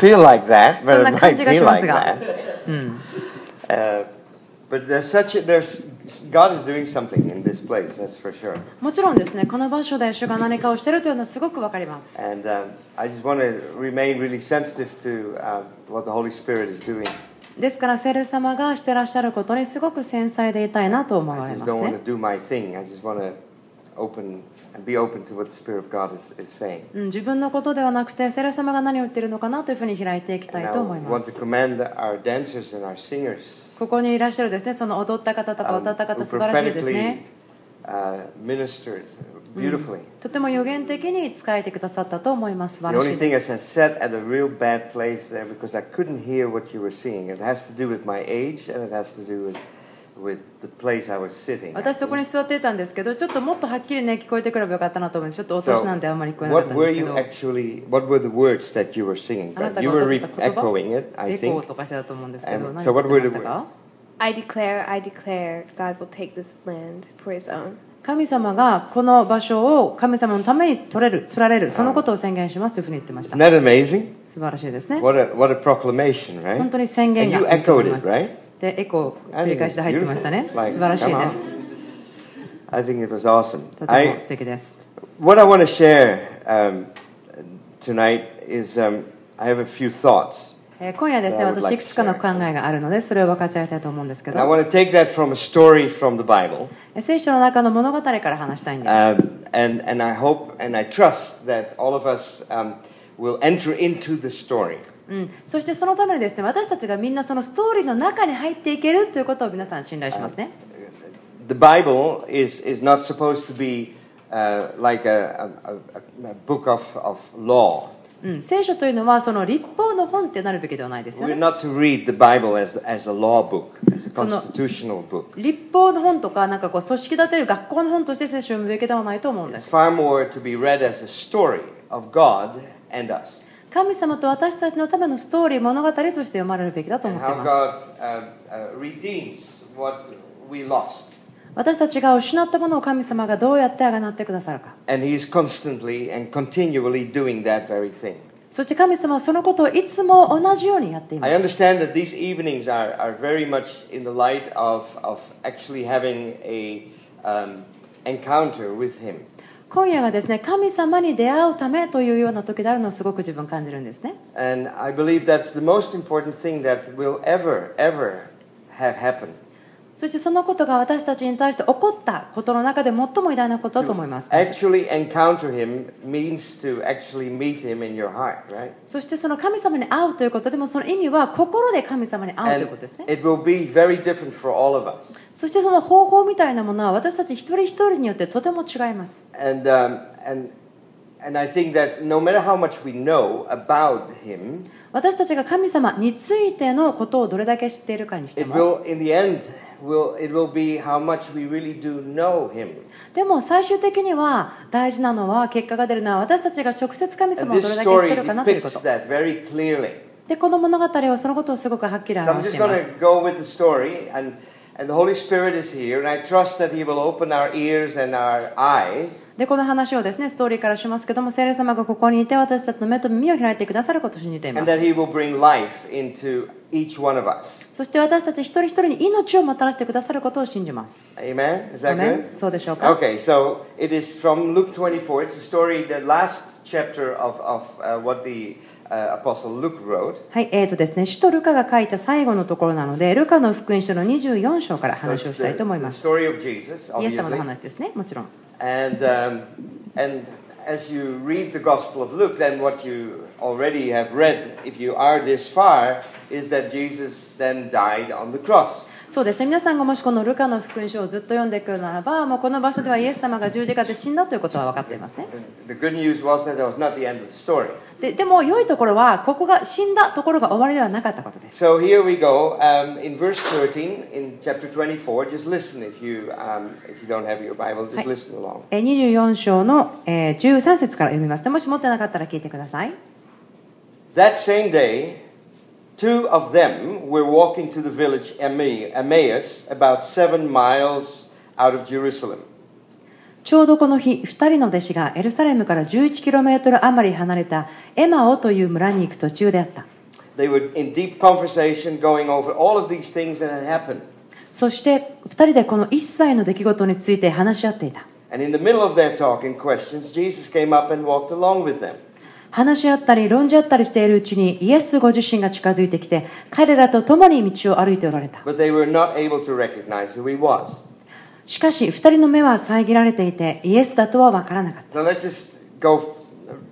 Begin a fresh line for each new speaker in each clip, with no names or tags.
feel like that,
そん
but
な
it
感
might
じが
be
しま
like
すが
that.、Uh, but there's such a, there's God is doing something in this place, that's for sure.
もちろんですね、この場所で主が何かをしているというのはすごくわかります。
And um, I just want to remain really sensitive to um, what the Holy Spirit is doing.
ですから、聖霊様がしてらっしゃることにすごく繊細でいたいなと思わ
I
れま
just
す
don't want to
ね。
do my thing. I just want to open and be open to what the Spirit of God is, is saying.
うん、自分のことではなくて、聖霊様が何を言っているのかなというふうに開いていきた
And
い
I
と思い
want
ま
to
す。
commend our dancers and our singers
ここにいらっしゃるですね、その踊った方とか
um,
歌った方、
who
素晴らしいです
prophetically
ね。
uh, ministered beautifully.
とても予言的に仕えてくださったと思います。素
The
晴らし
only
い
thing
で
is, I sat at a real bad place there because I couldn't hear what you were seeing. It has to do with my age, and it has to do with, with the place I was sitting.
す
at.
私そこに座っていたんですけど、ちょっともっとはっきりね、聞こえてくればよかったなと思うんで、ちょっとお
So,
年なんであんまり聞こえなかっ
what
たん
were
ですけ
you
ど、
actually? What were the words that you were singing? Brad?
あなたが
You were
歌った
re-
言葉
echoing it, I
エコー
think.
とかしてたと思うんですけ
And
ど、何
so
言
what
っ
were the
てましたか
I declare, I declare, God will take this land for his own.
神様がこの場所を神様のために取れる、取られる、そのことを宣言しますというふうに言ってました
Isn't。that amazing?
素晴らしいですね。
What a what a proclamation,
本
right?
当に宣言
And
が
you
入ってお
echoed
りま
it,
す。
right?
で、エコー
I
繰り
think
返
it's
して入ってましたね。
beautiful.
素
Like,
晴らしい
come
で
on.
す。
I think it was awesome.
とても
I
素敵です。
what I want to share um, tonight is um, I have a few thoughts.
えー今夜ですね、
I would
私
like
いくつかの考えがあるので、それを分かち合いたいと思うんですけ
And I
ど、
want to take that from a story from the Bible.
えー聖書の中の物語から話したいんです。
Um, and, and I hope and I trust that all of us um, will enter into the story.
うん、そしてそのためにですね私たちがみんなそのストーリーの中に入っていけるということを皆さん信頼しますね、
The Bible is, is not supposed to be uh, like a, a, a, a book of, of law.
うん、聖書というのはその立法の本ってなるべきではないですよ
We're
ね
not to read the Bible as, as a law book, as a
So no-
constitutional book.
立法の本とかなんかこう組織立てる学校の本として聖書を読むべきではないと思うんで
It's
す
far more to be read as a story of God and us.
神様と私たちのためのストーリー物語として読まれるべきだと
And
思
how
っています
God uh, uh, redeems what we lost.
私たちが失ったものを神様がどうやってあがなってくださるか
And He is constantly and continually doing that very thing.
そして神様はそのことをいつも同じようにやっていま
I
す
understand that these evenings are, are very much in the light of, of actually having a um, encounter with Him.
今夜がですね神様に出会うためというような時であるのをすごく自分感じるんですね
And I believe that's the most important thing that will ever, ever have happened.
そしてそのことが私たちに対して起こったことの中で最も偉大なことだと思います。
Actually encounter Him means to actually meet Him in your heart, right?
そしてその神様に会うということでもその意味は心で神様に会うということですね。
it will be very different for all of us.
そしてその方法みたいなものは私たち一人一人によってとても違います。
And, um, and, and I think that no matter how much we know about Him,
私たちが神様についてのことをどれだけ知っているかにして
It
も
will, in the end, will it will be how much we really do know Him.
でも最終的には大事なのは結果が出るのは私たちが直接神
And
様を
this
どれ
story
だけ知っているかなというこ
depicts
と
that very clearly.
でこの物語はそのことをすごくはっきり
So I'm
表
just
していま
going to
す
go with the story, and and the Holy Spirit is here, and I trust that He will open our ears and our eyes
でこの話をですねストーリーからしますけども聖霊様がここにいて私たちの目と耳を開いてくださることを信じていま
and
す
that He will bring life into each one of us.
そして私たち一人一人に命をもたらしてくださることを信じます。
Amen. Is
ア
that
メ
good?
ンそうでしょうか、
Okay, so it is from Luke 24. It's a story, the last chapter of, of uh, what the uh, Apostle Luke wrote.
はい、えーとですね、使徒ルカが書いた最後のところなので、ルカの福音書の24章から
So it's
話をしたいと思い
the, the
ます。
story of Jesus,
イエス様の
obviously.
話ですね、もちろん。
And, um, and as you read the Gospel of Luke, then what you already have read, if you are this far, is that Jesus then died on the cross.
そうですね、皆さんがもしこのルカの福音書をずっと読んでいくならば、もうこの場所ではイエス様が十字架で死んだということは分かっていますね。
The, the good news was that that was not the end of the story.
ででも、良いところは、ここが死んだところが終わりではなかったことです。
So here we go um, in verse 13 in chapter 24. Just listen if you, um, if you don't have your Bible, just
Hi.
listen along.
えー24章のえー13節から読みますね。もし持ってなかったら聞いてください。
That same day, two of them were walking to the village Emma- Emmaus, about seven miles out of Jerusalem.
ちょうどこの日、二人の弟子がエルサレムから11キロメートル余り離れたエマオという村に行く途中であった。
They were in deep conversation going over all of these things that had happened.
そして二人でこの一切の出来事について話し合っていた。
And in the middle of their talk and questions, Jesus came up and walked along with them.
話し合ったり論じ合ったりしているうちにイエスご自身が近づいてきて彼らと共に道を歩いておられた
But they were not able to recognize who he was.
しかし2人の目は遮られていてイエスだとは分からなかった
So let's just go,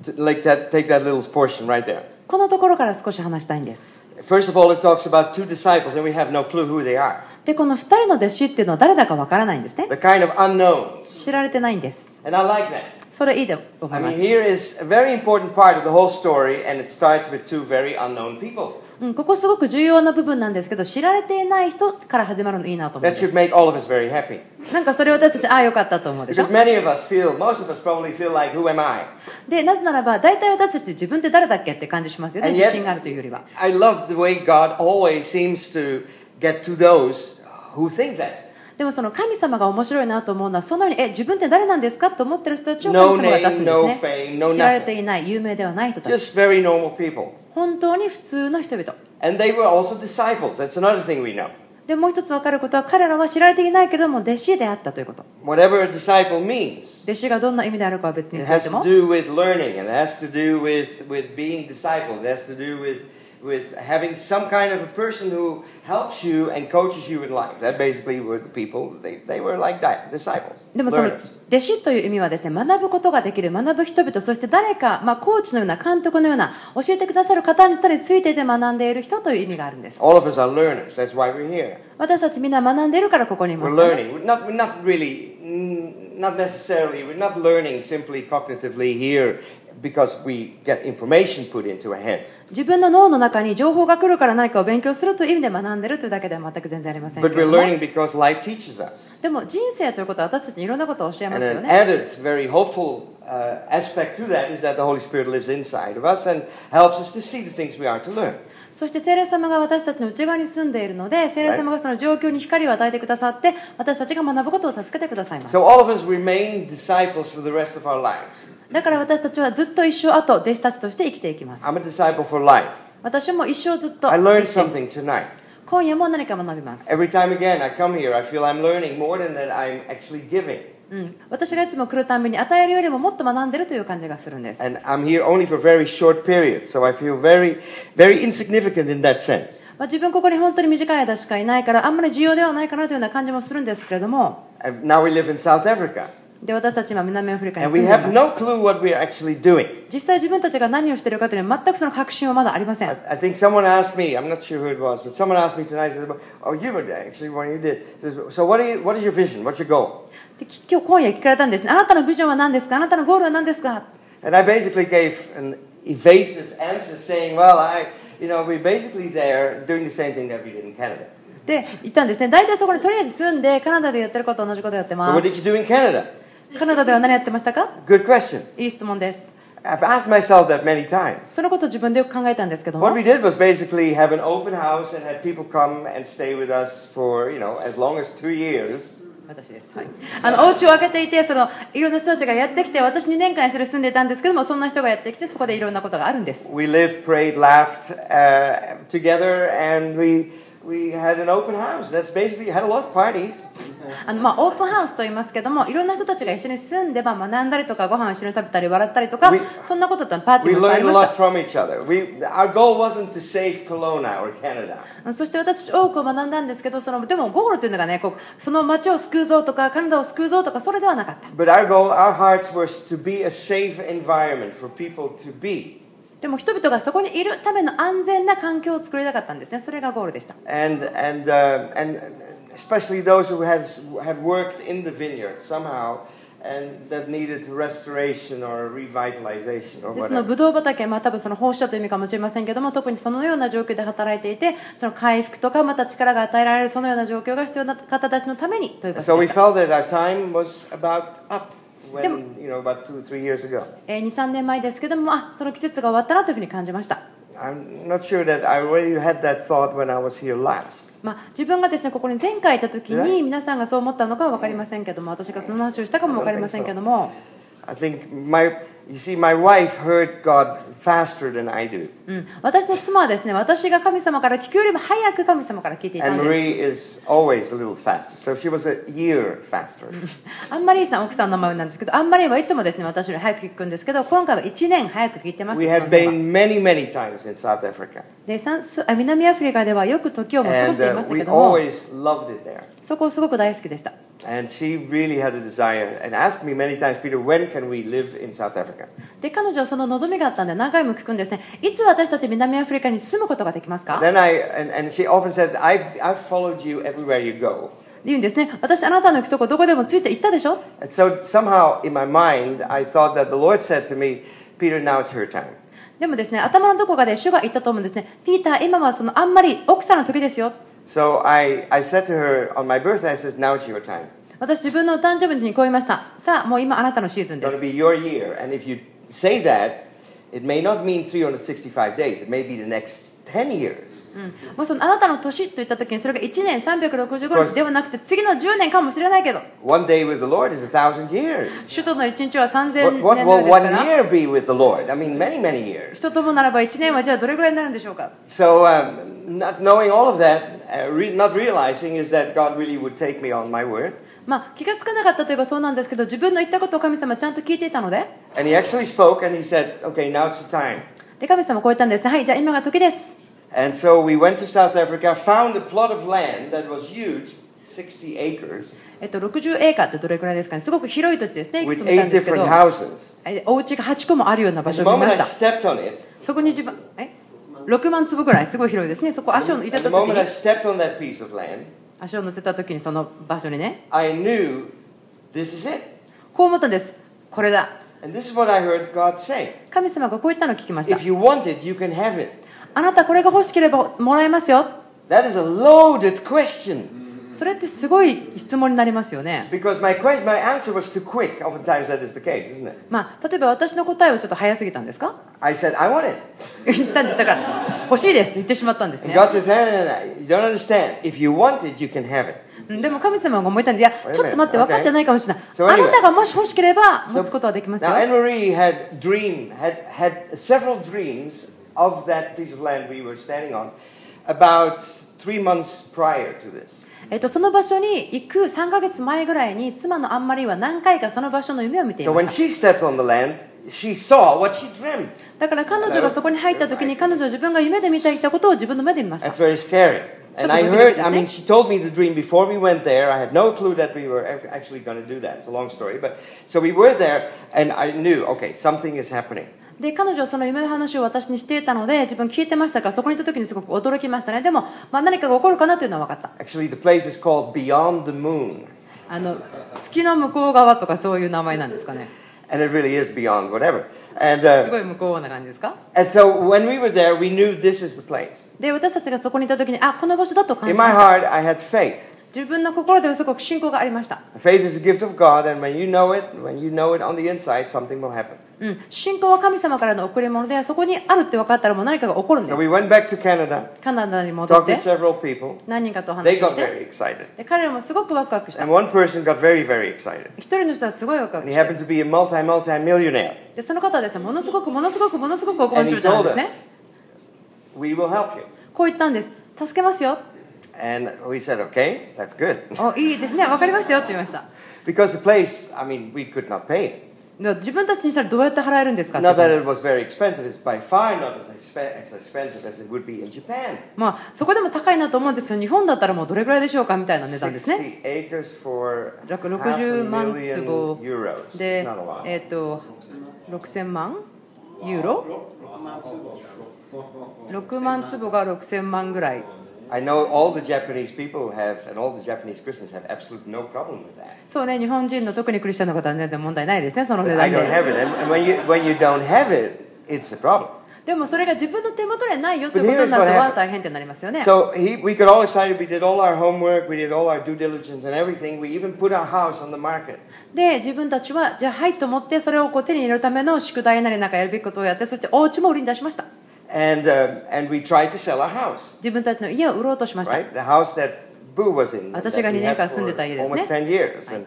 t- like that, take that little portion right there.
このところから少し話したいんです
First of all, it talks about two disciples, and we have no clue who they are.
でこの2人の弟子っていうのは誰だか分からないんですね
They're kind of unknowns.
知られてないんです
And I like that.
それいいと思
I
いま
mean,
す、
here is a very important part of the whole story, and it starts with two very unknown people.
うん、ここすごく重要な部分なんですけど知られていない人から始まるのいいなと思うん
That
で
should make all of us very happy.
すなんかそれ私たちああよかったと思うでしょ
Because many of us feel, most of us probably feel like, who am I?
でなぜならば大体私たち自分って誰だっけって感じしますよね
And yet-
自信があるというよりは
I love the way God always seems to get to those who think that.
でもその神様が面白いなと思うのはそのようにえ自分って誰なんですかと思ってる人たちを
No
神様が出すん
name,
です
no fame, no nothing.
ね知られていない有名ではない人たち
Just very normal people.
本当に普通の人々
And they were also disciples. That's another thing we know.
でもう一つ分かることは彼らは知られていないけれども弟子であったということ
Whatever a disciple means,
弟子がどんな意味であるかは別に
it
して
has
いて
to
も
do with learning, and it has to do with, with being discipled, it has to do with, with having some kind of a person who helps you and coaches you in life. That basically were the people, they, they were like di- disciples.
でもその
learners.
弟子という意味はですね学ぶことができる学ぶ人々そして誰か、まあ、コーチのような監督のような教えてくださる方についていて学んでいる人という意味があるんです
All of us are learners, that's why we're here.
私たちみんな学んでいるからここにいま
We're
すよね
learning. We're not, we're not really, mm, not necessarily, we're not learning simply cognitively here because we get information put into our heads.
自分の脳の中に情報が来るから何かを勉強するという意味で学んでるというだけでは全く全然ありませんけ
But
れ
we're
ども
learning because life teaches us.
でも人生ということは私たちにいろんなことを教えま
And
すよ
an
ね
added, very hopeful uh, aspect to that is that the Holy Spirit lives inside of us and helps us to see the things we are to learn.
そして聖霊様が私たちの内側に住んでいるので聖霊様がその状況に光を与えてくださって私たちが学ぶことを助けてくださいます
So all of us remain disciples for the rest of our lives.
だから私たちはずっと一生後弟子たちとして生きていきます
I'm a disciple for life.
私も一生ずっと
I
弟
learned
子です
something tonight.
今夜も何か学びます、
Every time again I come here, I feel I'm learning more than that I'm actually giving.
うん、私がいつも来るために与えるよりももっと学んでるという感じがするんです
And I'm here only for very short periods, so I feel very, very insignificant in that sense.
まあ、自分ここに本当に短い間しかいないからあんまり重要ではないかなというような感じもするんですけれども
And now we live in South Africa,
で私たち今南アフリカに
and
住ん
we
でいま
have
す、
no clue what we are actually doing.
実際自分たちが何をしているかというのは全くその確信はまだありません
I, I think someone asked me, I'm not sure who it was, but someone asked me tonight, says, oh, you were there, actually, one of you did. Says, so what, are you, what is your vision? What's your goal?
でき今日今夜聞かれたんですねあなたのビジョンは何ですかあなたのゴールは何ですか
And I basically gave an evasive answer saying, well, I, you know, we're basically there doing the same thing that we did in Canada.
で言ったんですね大体そこにとりあえず住んでカナダでやってることと同じことやって
So
ま
what did
す
you do in Canada?
カナダでは何やってましたか
Good question.
いい質問です
I've asked myself that many times.
そのことを自分でよく考えたんですけど
What
も
we did was basically have an open house and had people come and stay with us for, you know, as long as two years.
私です、はい、あのお家を開けていてそのいろんな人たちがやってきて私2年間一緒に住んでいたんですけどもそんな人がやってきてそこでいろんなことがあるんです
We lived, prayed, laughed uh, together, and we, we had an open house. That's basically, had a lot of parties.
あの、まあ、オープンハウスと言いますけどもいろんな人たちが一緒に住んで、まあ、学んだりとかご飯を一緒に食べたり笑ったりとか
We-
そんなことだったらパーティ
We
ーもいっぱいあり
learned a
ま
lot
し
from each other. We, our goal wasn't to save Kelowna or Canada.
たそして私たち多く学んだんですけどそのでもゴールというのがねこうその街を救うぞとかカナダを救うぞとかそれではなかった
But our goal, our hearts was to be a safe environment for people to be.
でも人々がそこにいるための安全な環境を作りたかったんですねそれがゴールでした
And, and, uh, and especially those who has, had worked in the vineyard somehow and that needed restoration or revitalization or
ですの
whatever.
ブドウ畑、まあ、多分その放射という意味かもしれませんけども特にそのような状況で働いていてその回復とかまた力が与えられるそのような状況が必要な方たちのためにというこ
So
と
we
でした、
felt that our time was about up when,
Dem-
you know, about two or three years ago.
えー、23年前ですけどもあその季節が終わったなというふうに感じました
I'm not sure that I already had that thought when I was here last.
まあ、自分がですねここに前回いた時に
Right.
皆さんがそう思ったのかは分かりませんけども私がその話をしたかも分かりませんけども、
I think my, you see, my wife heard God faster than I do.
うん、私の妻はですね私が神様から聞くよりも早く神様から聞いていた
And
んです
Marie is always a little faster. So she was a year faster.
アンマリーさん奥さんの名前なんですけどアンマリーはいつもですね私より早く聞くんですけど今回は1年早く聞いてます
We had
妻は
been many, many times in South Africa.
でさんすあ南アフリカではよく時をも過ごし
And
ていま
uh,
した
we
けども
always loved it there.
そこをすごく大好きでした
And she really had a desire and asked me many times, Peter, when can we live in South Africa?
で彼女はその望みがあったんで何回も聞くんですねいつ私たち南アフリカに住むことができますか
Then I, and, and she often said, I've, I've followed you everywhere you go.
言うんですね私あなたの行くとこどこでもついて行ったでしょ
And so somehow in my mind, I thought that the Lord said to me, Peter, now it's her time.
でもですね頭のどこかで主が言ったと思うんですねピーター今はそのあんまり奥さんの時ですよ
So I, I said to her on my birthday, I said, now it's your time.
私自分のお誕生日の日にこう言いましたさあもう今あなたのシーズ
It's
ンで
going to
す
be your year. And if you say that, it may not mean 365 days. It may be the next 10 years.
もうそのあなたの年と言った時にそれが1年365
Because-
日ではなくて次の10年かもしれないけど
One day with the Lord is a thousand years.
首都の1日は
What,
3000
what
年の
will
よう
one
ですから
year be with the Lord? I mean, many, many years.
人ともならば1年はじゃあどれぐらいになるんでしょうか
So, um, not knowing all of that, uh, re- not realizing is that God really would take me on my word.
まあ気がつかなかったといえばそうなんですけど自分の言ったことを神様ちゃんと聞いていたので
And He actually spoke and He said, okay, now it's the time.
で神様こう言ったんですねはいじゃあ今が時です
And so we went to South Africa, found a plot of land that was huge, 60 acres,
えっと60エーカーってどれくらいですかねすごく広い土地ですねいくつ
with
もいたん
eight
ですけど
different houses.
えお家が8個もあるような場
And
所
the
を見ま
moment
し
I
た
stepped on it,
そこに自分え6万坪ぐらいすごい広いですねそこ足を入れ
and
た
the
時
moment I
に
stepped on that piece of land,
足を乗せた時にその場所にね
I knew this is it.
こう思ったんですこれだ
And this is what I heard God say.
神様がこう言ったのを聞きました
If you want it, you can have it.
あなたこれが欲しければもらえますよ
That is a loaded question
それってすごい質問になりますよね
because my que- my answer was too quick. Oftentimes that is the case, isn't it?
まあ例えば私の答えはちょっと早すぎたんですか
I said I want it,
言ったんですだから欲しいですって言ってしまったんです
and
ね
God says, no, no, no, no, you don't understand. If you want it, you can have it.
うんでも神様が思えたんでいや
minute
ちょっと待って
Okay.
分かってないかもしれない
So anyway.
あなたがもし欲しければ
So-
持つことはできますよ
now Anne Marie had dream had had several dreams of that piece of land we were standing on about three months prior to this.
えっと、その場所に行く3ヶ月前ぐらいに妻のアンマリーは何回かその場所の夢を見てい
So
ま
when
した
she stepped on the land, she saw what she dreamt.
だから彼女がそこに入った時に彼女は自分が夢で見ていたことを自分の目で見ました
That's very scary. And I heard, I mean, she told me the dream before we went there. I had no clue that we were ac- actually going to do that. It's a long story. But so we were there, and I knew, okay, something is happening.
で彼女はその夢の話を私にしていたので自分聞いてましたからそこに行った時にすごく驚きましたねでも、まあ、何かが起こるかなというのは分かった
Actually, the place is called Beyond the Moon.
あの月の向こう側とかそういう名前なんですかね
And it really is beyond whatever. And,
す
uh,
ごい向こう側な感じですか
and so when we were there, we knew this is the place.
で私たちがそこにいた時にあこの場所だと感じ
In
ま
my
した
heart, I had faith.
自分の心ではすごく信仰がありました、
Faith is a gift of God, and when you know it, when you know it on the inside, something will happen.
うん、信仰は神様からの贈り物でそこにあるって分かったらもう何かが起こるんで
So we
す
went back to Canada,
カナダに戻っ
talked
て
with several people.
何人かとお話
They
しし
got
て
very excited.
で彼らもすごくワクワクした
And one person got very, very excited.
一人の人はすごいワクワ
And he
クして
happened to be a multi, multi millionaire.
でその方はですねものすごくものすごくものすごくお困
And
中
he
なん
told
ですね
us, We will help you.
こう言ったんです助けますよ
And we said, Okay, that's good.
おいいですね分かりましたよって言いました
Because the place, I mean, we could not pay it.
で自分たちにしたらどうやって払えるんですかって
Not that it was very expensive, it's by far not as, expe- as expensive as it would be in Japan.
まあそこでも高いなと思うんですけど日本だったらもうどれぐらいでしょうかみたいな値段ですね
60 acres for half a
60
million
万坪
euros.
で
It's not a lot.
えっ、と6000万ユーロ6万坪が6000万ぐらい
I know all the Japanese people have, and all the Japanese Christians have absolutely no problem with that.
そうね日本人の特にクリスチャンの方は全然問題ないですねその
But
値
I
段
don't
で
have it. And and when you, when you don't have it, it's a problem.
でもそれが自分の手元でないよってことになる
But here's
と
what
は
happened.
大変ってなりますよね
So he, we got all excited. We did all our homework. We did all our due diligence and everything. We even put our house on the market.
で自分たちはじゃあはいと思ってそれをこう手に入れるための宿題なりなんかやるべきことをやってそしてお家も売りに出しました
and um, and we tried to sell our house,
自分たちの家を売ろうとしました。
right? The house that Boo was in, that
私が
we had
2年間住んでた家ですね。
for almost ten years, and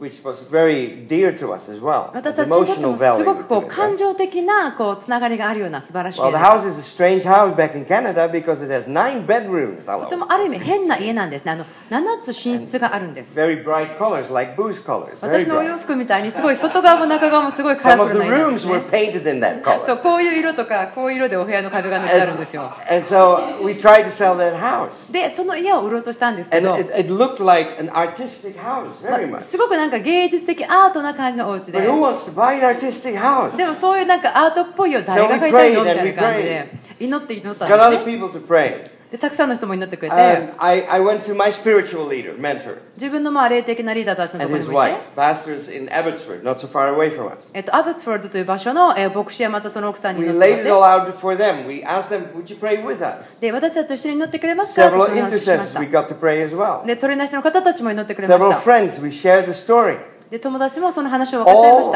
which was very dear to us as well.
私
The
たちにとって
emotional
もす
value.
ごくこ
to
う
it,
感
right?
情的なこうつながりがあるような素晴らしい
Well,
家
the
です。
house is a strange house back in Canada because it has nine bedrooms.
と
Hello.
てもある意味変な家なんですね。あの7つ寝室があるんです。
Very bright colors, like Boo's colors. Very
私のお
bright.
洋服みたいにすごい外側も中側もすごいカ
Some
ラ
of
フル
the
な家なんで
rooms
す
were
ね。
painted in that
そう
color.
こういう色とかこういう色でお部屋の壁が塗ってあるんですよ。
And so we tried to sell that house.
でその家を売ろうとしたんですけ
And
ど。
it, it looked like an artistic house, very
まあ
much.
すごくなんか芸術的アートな感じのお家
But
で
who wants to buy an artistic house?
でもそういうなんかアートっぽいよ誰が買いたいの
So
み
we prayed
た
and we
いな感じで祈って祈った
Got
んです
other
ね
people to pray.
でたくさんの人も祈ってくれ
And
て
I, I went to my spiritual leader, mentor,
自分のまあ霊的なリーダーたちのと
and his
ころにも行っ
wife,
て
pastors in Abbotsford, not so far away from us.
えっと、アブツフォルドという場所の、えー牧師やまたその奥さんに
We
祈って
laid
も
it
らっ
all out before them. We asked them, Would you pray with us?
てで私たちと一緒に祈ってくれますか
Several
とその話をしまし
intercessors
た
we got to pray as well.
でトレーナーの方たちも祈ってくれま
Several
した
friends, we shared the story.
で友達もその話を分かっちゃいまし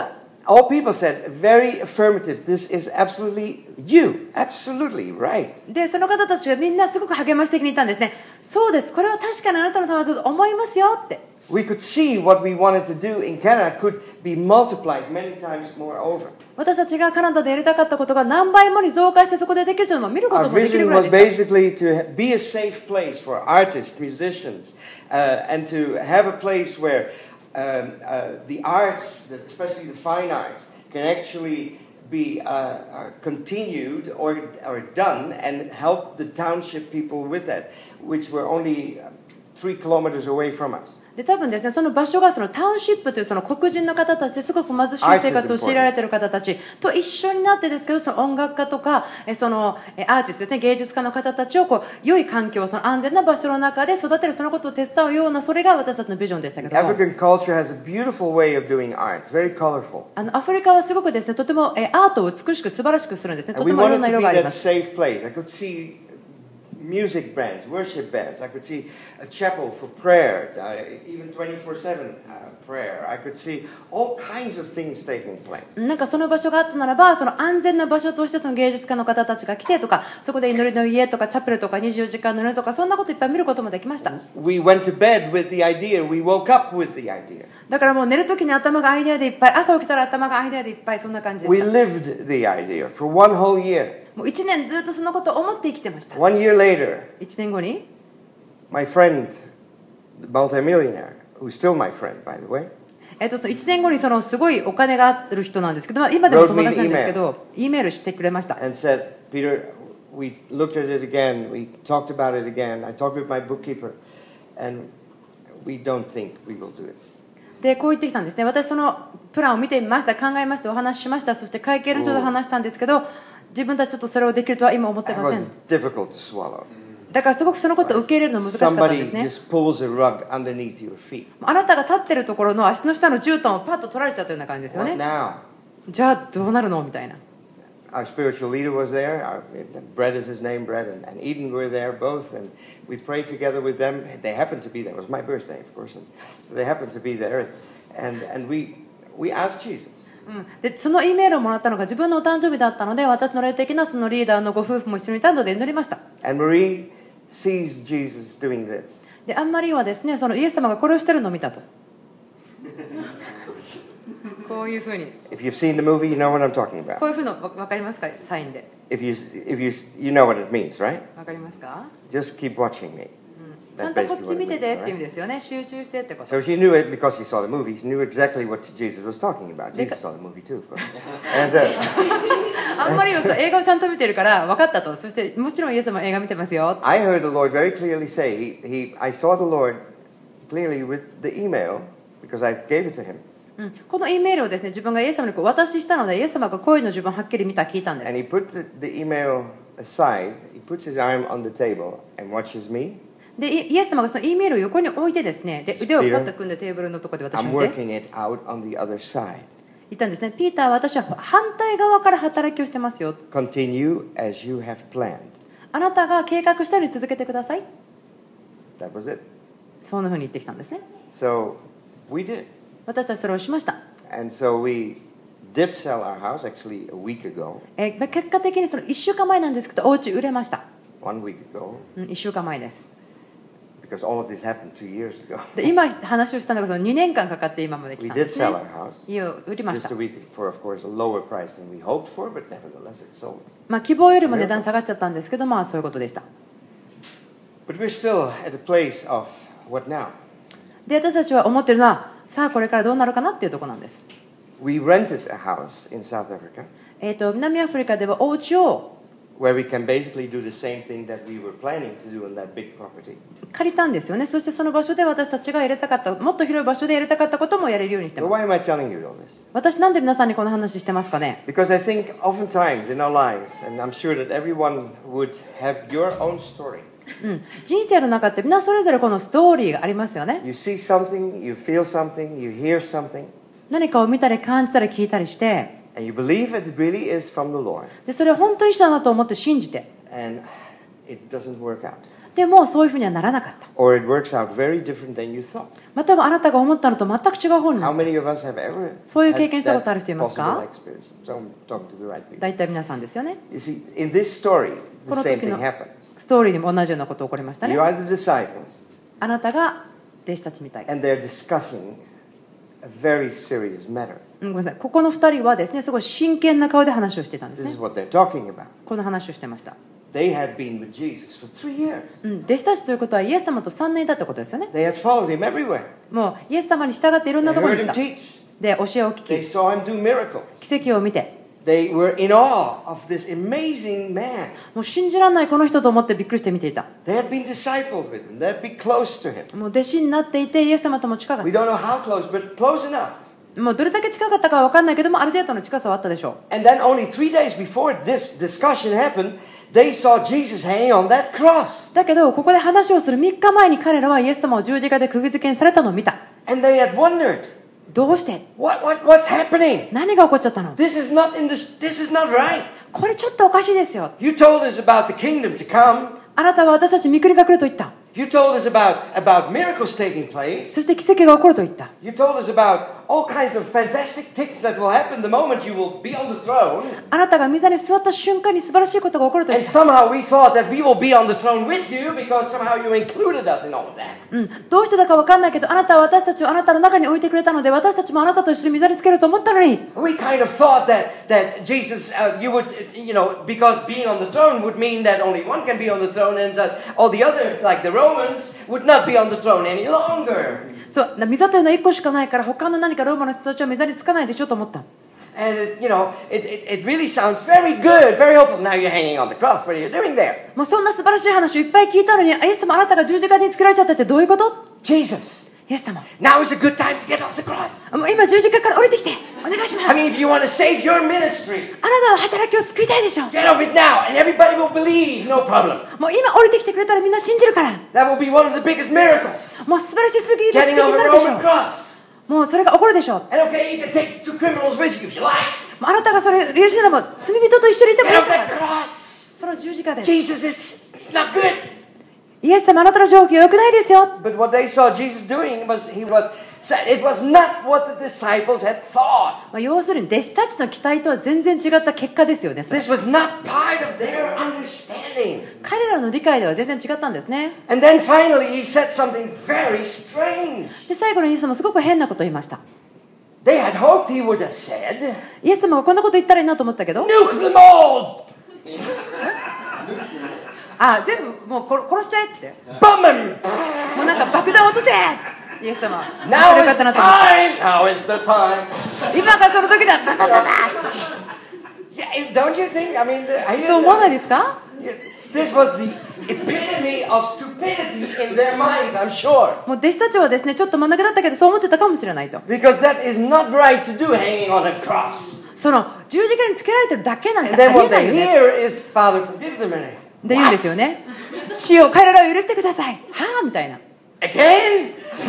All,
た
all people said, very affirmative. This is absolutely you. Absolutely right.
でその方たちがみんなすごく励まし的に言ったんですねそうですこれは確かにあなたのためだと思いますよって
We could see what we wanted to do in Canada could be multiplied many times more over.
私たちがカナダでやりたかったことが何倍もに増加してそこでできるというのも見るこ
Our
ともできる
vision
ぐらい
was
でした
basically to be a safe place for artists, musicians, uh, and to have a place where um, uh, the arts, the- especially the fine arts, can actually be uh, uh, continued or, or done and help the township people with that, which were only uh, three kilometers away from us.
で多分ですねその場所がそのタウンシップというその黒人の方たちすごく貧しい生活を強いられている方たちと一緒になってですけどその音楽家とかえそのえアーティストですね芸術家の方たちをこう良い環境その安全な場所の中で育てるそのことを手伝うようなそれが私たちのビジョンでしたけども
African culture has a beautiful way of doing arts, very colorful.
あのアフリカはすごくですねとてもえアートを美しく素晴らしくするんですねと
And
て
we
もいろ
wanted
んな
to
色
be
があり
that
ます
safe place. I could see music bands, worship bands. I could see a chapel for prayer, uh, even 24 7 prayer. I could see all kinds of things taking place.
なんかその場所があったならばその安全な場所としてその芸術家の方たちが来てとかそこで祈りの家とかチャペルとか24時間の祈りとかそんなこといっぱい見ることもできました
We went to bed with the idea, we woke up with the idea.
だからもう寝る時に頭がアイデアでいっぱい朝起きたら頭がアイデアでいっぱいそんな感じで
We
した
lived the idea for one whole year.
もう1年ずっとそのことを思って生きてました1
One year later,
年後に
my friend, the multimillionaire, who's still my friend, by the way,
えっと、その1年後にそのすごいお金がある人なんですけど、まあ、今でも友達なんですけど E メールしてくれました
and said, Peter, we looked at it again, we talked about it again. I talked with my bookkeeper, and we don't think we will do it.
でこう言ってきたんですね私そのプランを見てみました考えましたお話ししましたそして会計の人と話したんですけど自分たちちょっとそれをできるとは今思って
It
ませ
was
ん
difficult to swallow.
だからすごくそのことを受け入れるの難しかったん
Somebody
ですね
just pulls a rug underneath your feet.
あなたが立ってるところの足の下の絨毯をパッと取られちゃったような感じですよ
What
ね
now?
じゃあどうなるのみたいな
Our spiritual leader was there. Our, Brett is his name, Brett and, and Eden were there both, and we prayed together with them. They happened to be there. It was my birthday, of course, and so they happened to be there. And, and we, we asked Jesus.
うん、でその E メールをもらったのが自分のお誕生日だったので私の霊的なそのリーダーのご夫婦も一緒にいたので祈りました
And Marie sees Jesus doing this.
であんまりはですねそのイエス様がこれをしてるのを見 たとこういうふうに
If you've seen the movie, you know what I'm talking about.
こういうふうの分かりますかサインで
If you, if you, you know what it means, right?
分かりますか
Just keep watching me.
ちゃんとこっち見ててって意
right?
味ですよね集中してってこと
So she knew it because she saw the movie. She knew exactly what Jesus was talking about. Jesus
Because-
saw the movie too, of course. And, uh,
あんまりよそう映画をちゃんと見てるから分かったとそしてもちろんイエス様映画見てますよ
I heard the Lord very clearly say, he, he, I saw the Lord clearly with the email because I gave it to him.
うん、この E メールをですね自分がイエス様にこうお渡ししたのでイエス様がこういうのを自分はっきり見た聞いたんです
And he put the, the email aside. He puts his arm on the table and watches me.
でイイエス様がその E メールを横に置いてですねで腕をパッと組んでテーブルのところで私
I'm
を見て
working it out on the other side.
言ったんですねピーター私は反対側から働きをしてますよ
Continue as you have planned.
あなたが計画したように続けてください
That was it.
そんなふうに言ってきたんですね
So we did.
私たちそれをしました
And so we did sell our house actually a week ago,
えーまあ結果的にその1週間前なんですけどお家売れました、
one week ago,
うん、1週間前です
because all of this happened two years ago.
で今話をしたのがその2年間かかって今まで来
We
たんで
did
す、ね
sell、our house.
家を売りまし
Just
た
a week for, of course, a lower price than we hoped for, but nevertheless, it sold.
まあ希望よりも値段下がっちゃったんですけどまあそういうことでした
But we're still at the place of what now?
で私たちは思ってるのはさあこれからどうなるかなっていうところなんです、
We rented a house in South Africa
えー、と南アフリカではお家を
where we can basically do the same thing that we were planning to do on that big property.
借りたんですよねそしてその場所で私たちがやりたかったもっと広い場所でやりたかったこともやれるようにして
So
ま
why
す
am I telling you all this?
私なんで皆さんにこの話してますかね
Because I think oftentimes in our lives, and I'm sure that everyone would have your own story.
うん、人生の中ってみんなそれぞれこのストーリーがありますよね
You see something, you feel something, you hear something,
何かを見たり感じたり聞いたりして
and you believe it really is from the Lord,
でそれを本当にしたなと思って信じて
and it doesn't work out.
でもそういうふうにはならなかった
Or it works out very different than you thought.
またはあなたが思ったのと全く違う方にな
How
る
many of us have ever
そういう経験したことある人いますか？
possible experience? So I'm talking to the right people.
大体皆さんですよね
You see, in this story, the
この時
same thing
の-
happens.
ストーリーにも同じようなこと起こりました
You
ね
are the disciples,
あなたが弟子たちみたい、
and they're discussing a very serious matter.
うん、ごめんなさいここの2人はですねすごい真剣な顔で話をしてたんです
This
ね
is what they're talking about.
この話をしてました、
They had been with Jesus for three years.
うん、弟子たちということはイエス様と3年いたってことですよね
They had followed him everywhere.
もうイエス様に従っていろ
They
んなところ
heard
に
him
行ったで
teach.
教えを
They
聞
saw him do miracles.
き奇跡を見て
They were in awe of this amazing man.
もう信じられないこの人と思ってびっくりして見ていた
They had been discipled with him. They had been close to him.
もう弟子になっていてイエス様とも近かっ
We don't know how close, but close enough.
たもうどれだけ近かったかは分かんないけどもある程度の近さはあったでしょ
And then only three days before this discussion happened, they saw Jesus hanging on that cross.
うだけどここで話をする3日前に彼らはイエス様を十字架で釘付けにされたのを見た
And they had wondered,
どうして
what, what, what's happening?
何が起こっちゃったの
This is not in this, this is not right.
これちょっとおかしいですよ
You told us about the kingdom to come.
あなたは私たち御国が来ると言った
You told us about, about miracles taking place.
そして奇跡が起こると言った
You told us about all kinds of fantastic things that will happen the moment you will be on the throne.
あなたが御座に座った瞬間に素晴らしいことが起こると言
And
った、
somehow we thought that we will be on the throne with you because somehow you included us in all of that.
うん、どうしてだか分かんないけどあなたは私たちをあなたの中に置いてくれたので私たちもあなたと一緒に御座につけると思ったのに
We kind of thought that, that Jesus, uh, you would, uh, you know, because being on the throne would mean that only one can be on the throne and that all the other, like the Romans, would not be on the throne any longer.
そうな御座というのは1個しかないから他の何かローマの人たちは御座につかないでしょと思ったの
And, it, you know, it, it, it really sounds very good, very hopeful. Now you're hanging on the cross. What are you doing there?
もうそんな素晴らしい話をいっぱい聞いたのにイエス様あなたが十字架につけられちゃったってどういうこと
Jesus,
イエス様
now is a good time to get off the cross.
もう今十字架から降りてきてお願いしま
I
すあな
mean, if you want to save your ministry,
たの働きを救いたいでしょ
get off it now and everybody will believe. No problem.
もう今降りてきてくれたらみんな信じるから
That will be one of the biggest miracles.
もう素晴らしすぎる奇跡
Getting
に
off a
なるでしょ
Roman cross.
もうそれが起こるでしょうも
And okay, you can take two criminals with you if you like.
うあなたがそれ許しならば罪人と一緒にいてもい
Get
い
off
から
that cross.
その十字架で
Jesus, it's, it's not good.
イエス様あなたの状況良くないですよ
But what they saw Jesus doing was he was it was not what the disciples had thought.
まあ要するに弟子たちの期待とは全然違った結果ですよねそれ
This was not part of their understanding.
彼らの理解では全然違ったんですね
And then finally he said something very strange.
で最後のイエス様すごく変なこと言いました
They had hoped he would have said,
イエス様がこんなこと言ったらいいなと思ったけど
nuke them all,
あ全部もう殺殺しちゃえって
bum them.
もうなんか爆弾落とせイエス様
Now
よ
is
かった
the
なと思っ
time. Now is the time.
た今がその時だバカバカ
Yeah, don't you think? I mean, I
そう思わないですか
This was the epitome of stupidity in their minds, I'm sure.
もう弟子たちはですねちょっと真ん中だったけどそう思ってたかもしれないと
Because that is not right to do hanging on a cross.
その十字架につけられてるだけなんて
And
あ
then
りえ
what they
ないよ
hear
ね
is, Father, forgive them. And
で言うんですよ ね死を彼らを許してくださいはあみたいな
they, Again?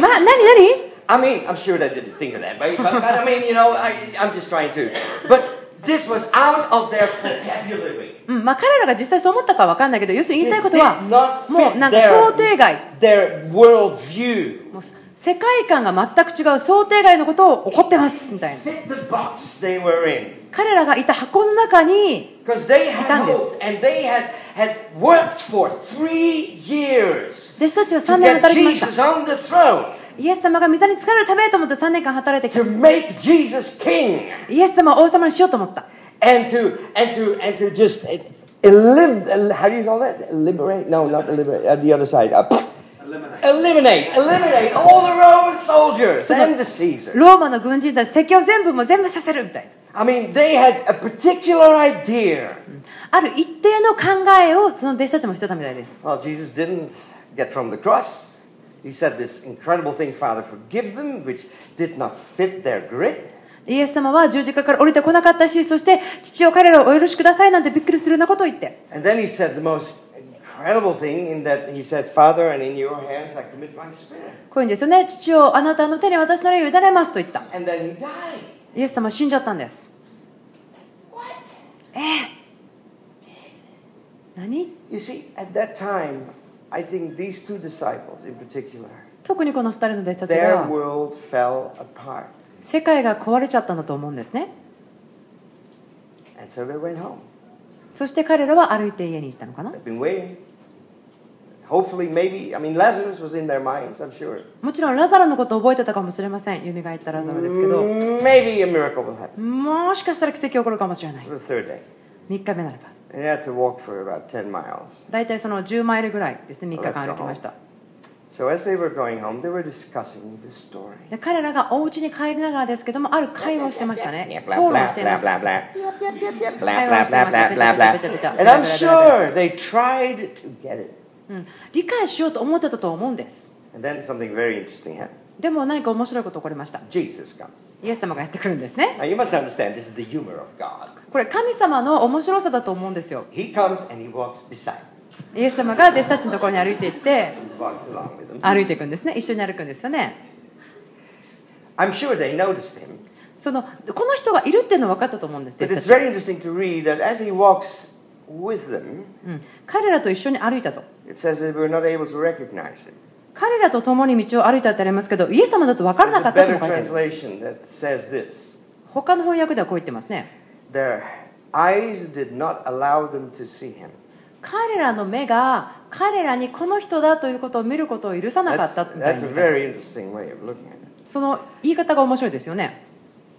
まあ何何
I mean, I'm sure they didn't think of that, but, but, but I mean, you know, I, I'm just trying to. But this was out of their vocabulary.
うんまあ、彼らが実際そう思ったかは分かんないけど要するに言いたい
This
ことは
did not
もう
fit
なんか想定外
their, their worldview.
もう世界観が全く違う想定外のことを起こってますみたいな
fit the box they were in.
彼らがいた箱の中に
Because they had
いたんです。
hoped and they had, had worked for three years
弟子たちは
to
3年
get
働きました
Jesus on the throne,
イエス様が御座に疲れるためと思って3年間働いて
to
き
make Jesus king,
たイエス様を王様にしようと思った
and to and to and to just uh, elim- how do you call that? Liberate? No, not liberate. Uh, the other side. Uh, eliminate. Eliminate. Eliminate all the Roman soldiers and the Caesar.
ローマの軍人たち敵を全部もう全部させるみたいな
I mean, they had a particular idea.
ある一定の考えをその弟子たちもしてたみたいです
Well, Jesus didn't get from the cross. He said this incredible thing, Father, forgive them, which did not fit their grid.
イエス様は十字架から降りてこなかったしそして父を彼らをお許しくださいなんてびっくりするようなことを言って
And then he said the most incredible thing in that he said, Father, and in your hands I commit my spirit.
こういうんですよね父をあなたの手に私の霊を委ねますと言った
And then he died.
イエス様は死んじゃったんです
What?
何
You see, at that time, I think these two disciples in particular,
特にこの二人の弟子たち
their
が
world fell apart.
世界が壊れちゃったんだと思うんですね
And so they went home.
そして彼らは歩いて家に行ったのかな
They've been waiting. Hopefully, maybe, I mean, Lazarus was in their minds, I'm sure.
もちろんラザロのことを覚えてたかもしれません蘇ったラザロですけど
Maybe a miracle will happen
もしかしたら奇跡起こるかもしれない
for the third day.
3日目ならば
And they had to walk for about 10 miles.
大体その10マイルぐらいですね3日間歩きました
So as they were going home, they were discussing the story.
で彼らがお家に帰りながらですけどもある会話をしてましたね
Blah,
討
blah,
論してい
blah,
ました
blah, blah. Yep, yep, yep, yep. Blah, blah,
会話をしてまし
blah,
た。
blah, blah, blah.
ペチャペチャペチャペチャ。
And I'm
ペチャペチャペチャ。
sure they tried to get it.
うん、理解しようと思ってたと思うんです
And then something very interesting happened.
でも何か面白いこと起こりました
Jesus comes.
イエス様がやってくるんですね
Now you must understand, this is the humor of God.
これ神様の面白さだと思うんですよ
He comes and he walks beside them.
イエス様が弟子たちのところに歩いていって
He walks along with them.
歩いていくんですね一緒に歩くんですよね
I'm sure they noticed him.
そのこの人がいるっていうのは分かったと思うんです
But
弟
it's
子たち、
very interesting to read that as he walks with them,
うん、彼らと一緒に歩いたと
It says that we're not able to recognize him.
彼らと共に道を歩いたってありますけどイエス様だと分から
There's
なか
a
ったと書
better
いてあ
translation
る
that says this
他の翻訳ではこう言ってますね
Their eyes did not allow them to see him.
彼らの目が彼らにこの人だということを見ることを許さなか
That's,
ったみたい
that's
な
a very interesting way of looking at it.
その言い方が面白いですよね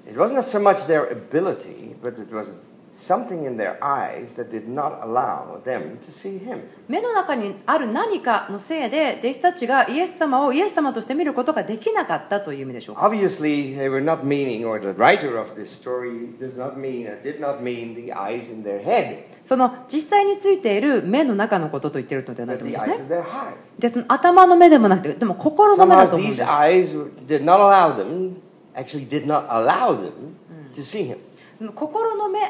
It wasn't so much their ability, but it was something in their eyes that did not allow them to see him.
目の中にある何かのせいで弟子たちがイエス様をイエス様として見ることができなかったという意味でしょうか
Obviously, they were not meaning, or the writer of this story does not mean, or did not mean, the eyes in their head,
その実際についている目の中のことと言ってるのではない
but
と思う
the eyes
んですね
of their heart.
でその頭の目でもなくてでも心の目
Somehow
だと思うんで
these
す
eyes did not allow them, actually did not allow them to see him.
心の目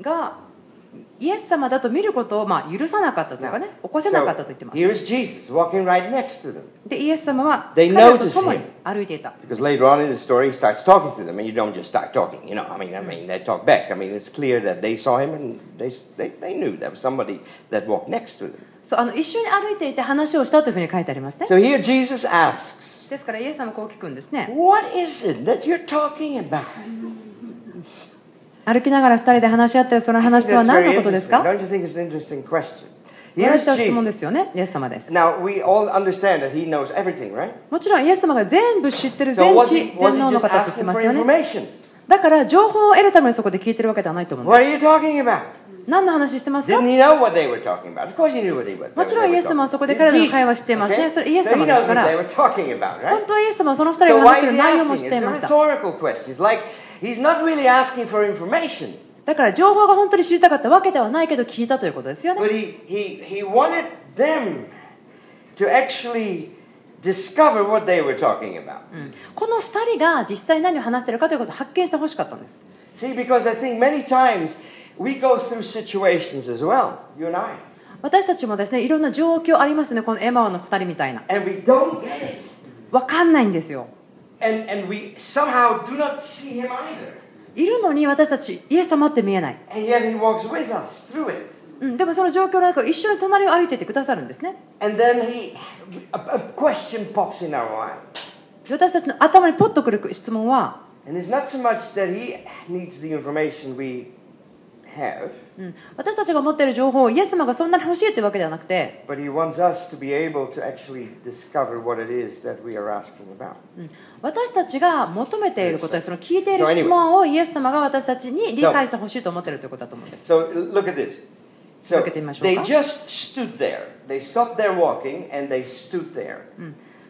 がイエス様だと見ることをまあ許さなかったというかね起こせなかったと言って
So,
ます
here is Jesus walking right next to them.
でイエス様は
They
彼らと共
noticed
に
him.
歩いていた
Because later on in the story, he starts talking to them, and you don't just start talking, you know. I mean, I mean, they talk back. I mean, it's clear that they saw him, and they, they, they knew there was somebody that walked next to them.
そうあの一緒に歩いていて話をしたというふうに書いてありますね
So here Jesus asks,
ですからイエス様はこう聞くんですね
What is it that you're talking about?
歩きながら二人で話し合ってるその話とは
That's
何
very
のことです
interesting.
か
Don't you think it's an interesting question?
言わ
Here
れ
is
ちゃう質問で
Jesus.
すよねイエス様です
Now, we all understand that he knows everything, right?
もちろんイエス様が全部知ってる
So
全
was he,
知
was
全
he
能の
just
方と知って
asking
ま
for
すよね
information?
だから情報を得るためにそこで聞いてるわけではないと思うんです
What are you talking about?
何の話してますか
Didn't he know what they were talking about? Of course he knew what they were, they were
もちろん
they were
イエス様は
talking
そこ
about.
で彼らの
It's
会話を知っていますね。そ
Jesus,
れイエ
okay?
ス
So he
様です
knows
か
what
ら
they、were talking about,
本
right?
当はイエス様はその二人
So
が話
why is
してる
he
内容も知
asking? It's
ってい
a
ました。
rhetorical question. He's like, he's not really asking for information,
だから情報が本当に知りたかったわけではないけど聞いたということですよね。
but he, he, he wanted them to actually discover what they were talking about.
この二人が実際何を話しているかということを発見してほしかったんです。
See, because I think many times we go through situations as well, you and I,
私たちもですね、いろんな状況ありますね、このエマオの二人みたいな。
and we don't get it.
わかんないんですよ。
And, and we somehow do not see him either.
いるのに私たち、イエス様って見えない。
And yet he walks with us through it.
うん、でもその状況の中、一緒に隣を歩いていってくださるんですね。
And then he, a, a question pops in our mind.
私たちの頭にポッとくる質問は、
And it's not so much that he needs the information we have,
うん、私たちが持っている情報をイエス様がそんなに欲しいというわけではなくて、
but he wants us to be able to actually discover what it is that we are asking about.
うん私たちが求めていることやその聞いてい
So
る
anyway.
質問をイエス様が私たちに理解してほしいと思っているということだと思うんです。
So l- look at this. So
Look at him,
they
Ashoka.
just stood there. They stopped their walking and they stood there.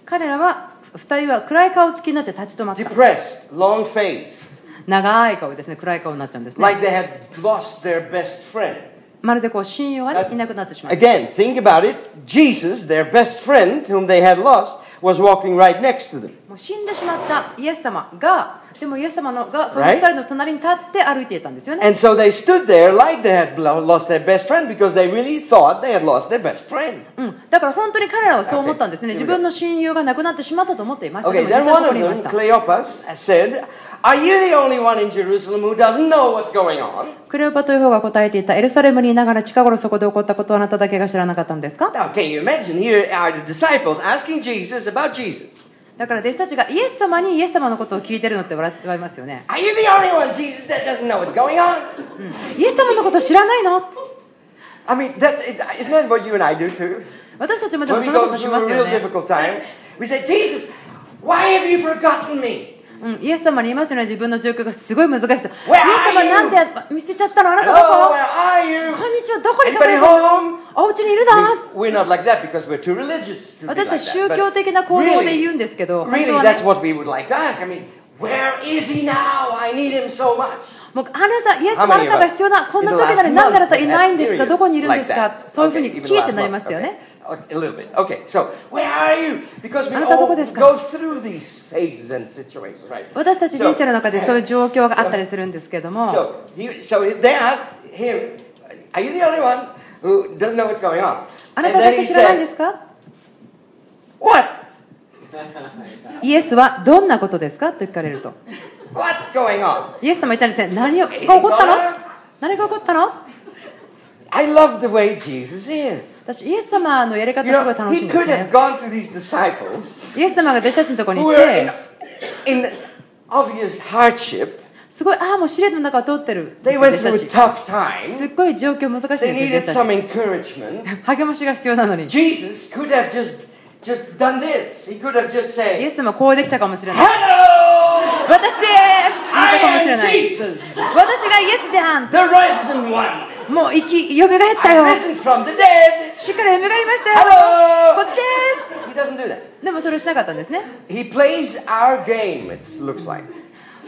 彼らは2人は暗い顔つきになって立ち止まった。
Depressed, long faced,
長い顔ですね、暗い顔になっちゃうんですね。
like they had lost their best friend.
まるでこう親友が、ね
あ、
いなくなってしまう。
Again, think about it. Jesus, their best friend, whom they had lost, was walking right next to them.
もう死んでしまったイエス様が、でもイエス様のがその2人の隣に立って歩いていたんですよね。
And so they stood there like they had blo- lost their best friend because they really thought they had lost their best friend.
うん、だから本当に彼らはそう思ったんですね。
Okay.
自分の親友が亡くなってしまったと思っていました。
Okay,
でも
then one
実際そ
of
こにいま
them,
した
Cleopas, said, Are you the only one in Jerusalem who doesn't know what's going on?
クレオパという方が答えていたエルサレムにいながら近頃そこで起こったことをあなただけが知らなかったのですか
Now, can you imagine? Here are the disciples asking Jesus about Jesus.
だから弟子たちがイエス様にイエス様のことを聞いてるのって笑いますよね。
Are you the only one, Jesus, that doesn't know what's going on?
イエス様のこと知らないの
I mean, that's, isn't that what you and I do too?
私たちもで
When we
もそのこ
go
とし
through
ま
a
す
real
よね。
difficult time, we say, Jesus, why have you forgotten me?
うん、イエス様に言いますよね、自分の状況がすごい難しいです。イエス
Where
様
are you?
なんでや見捨てちゃったのあなた
Hello,
ど
Oh, where are you?
ここんにちは、どこに
Anybody
隠れてるの
home?
お家にいるの
We, are not like that because we're too religious to be
私
like
たち宗
that.
教
But
的な行動で
really,
言うんですけど、本当
really,
はね
that's what we would like to ask. I mean, where is he now? I need him so much.
もうあなた、イエス
How
様あ
many
な
of
たが
us
必要な、こんな
in
時
the
なの
last
になんであな
month
たい
had
ないんですか、
periods
どこにいるんで
like
すか、
that?
そういうふう
Okay,
に
even
聞いて
last
なり
month,
ましたよね。
okay. Okay, A little bit. Okay, so where are you? Because we
あなた
all
どこですか？
go through these phases and situations, right?
私たち人生の中でそういう
So,
状況があったりするんですけども、
so, you, so they asked him, Are you the only one who doesn't know what's going on?
あな
And
ただ
then he
け知らないんで
said,
すか
What?
イエスはどんなことですかと聞かれると。
What's going on?
イエス様言ったんですね、何が起こったの何が起こったの
I love the way Jesus is.
私、イエス様のやり方
You
すごい
know,
楽
he
しいんです
could have
ね。
gone to these disciples
イエス様が弟子たちのところに
who
行っ
were in,
て、
in obvious hardship.
すごい、ああ、もう試練の中を通ってる。
They went through
弟子
a
たち
tough time.
すっごい状況難しい
They
で
needed
すよ、弟子た
some encouragement.
ち。励ましが必要なのに。イ
Jesus could have just just done this. He could have just
エ
said,
ス様こうできたかもしれない。
"Hello,
私です言っ
I
たかもしれ
am
ない。
Jesus,
私がイエスじゃん
the risen one.
もう生き、蘇ったよ
I'm risen from the dead."
死から蘇りましたよ
Hello
こっちで
He doesn't do that.
すでもそれをしなかったんですね。
He plays our game. It looks like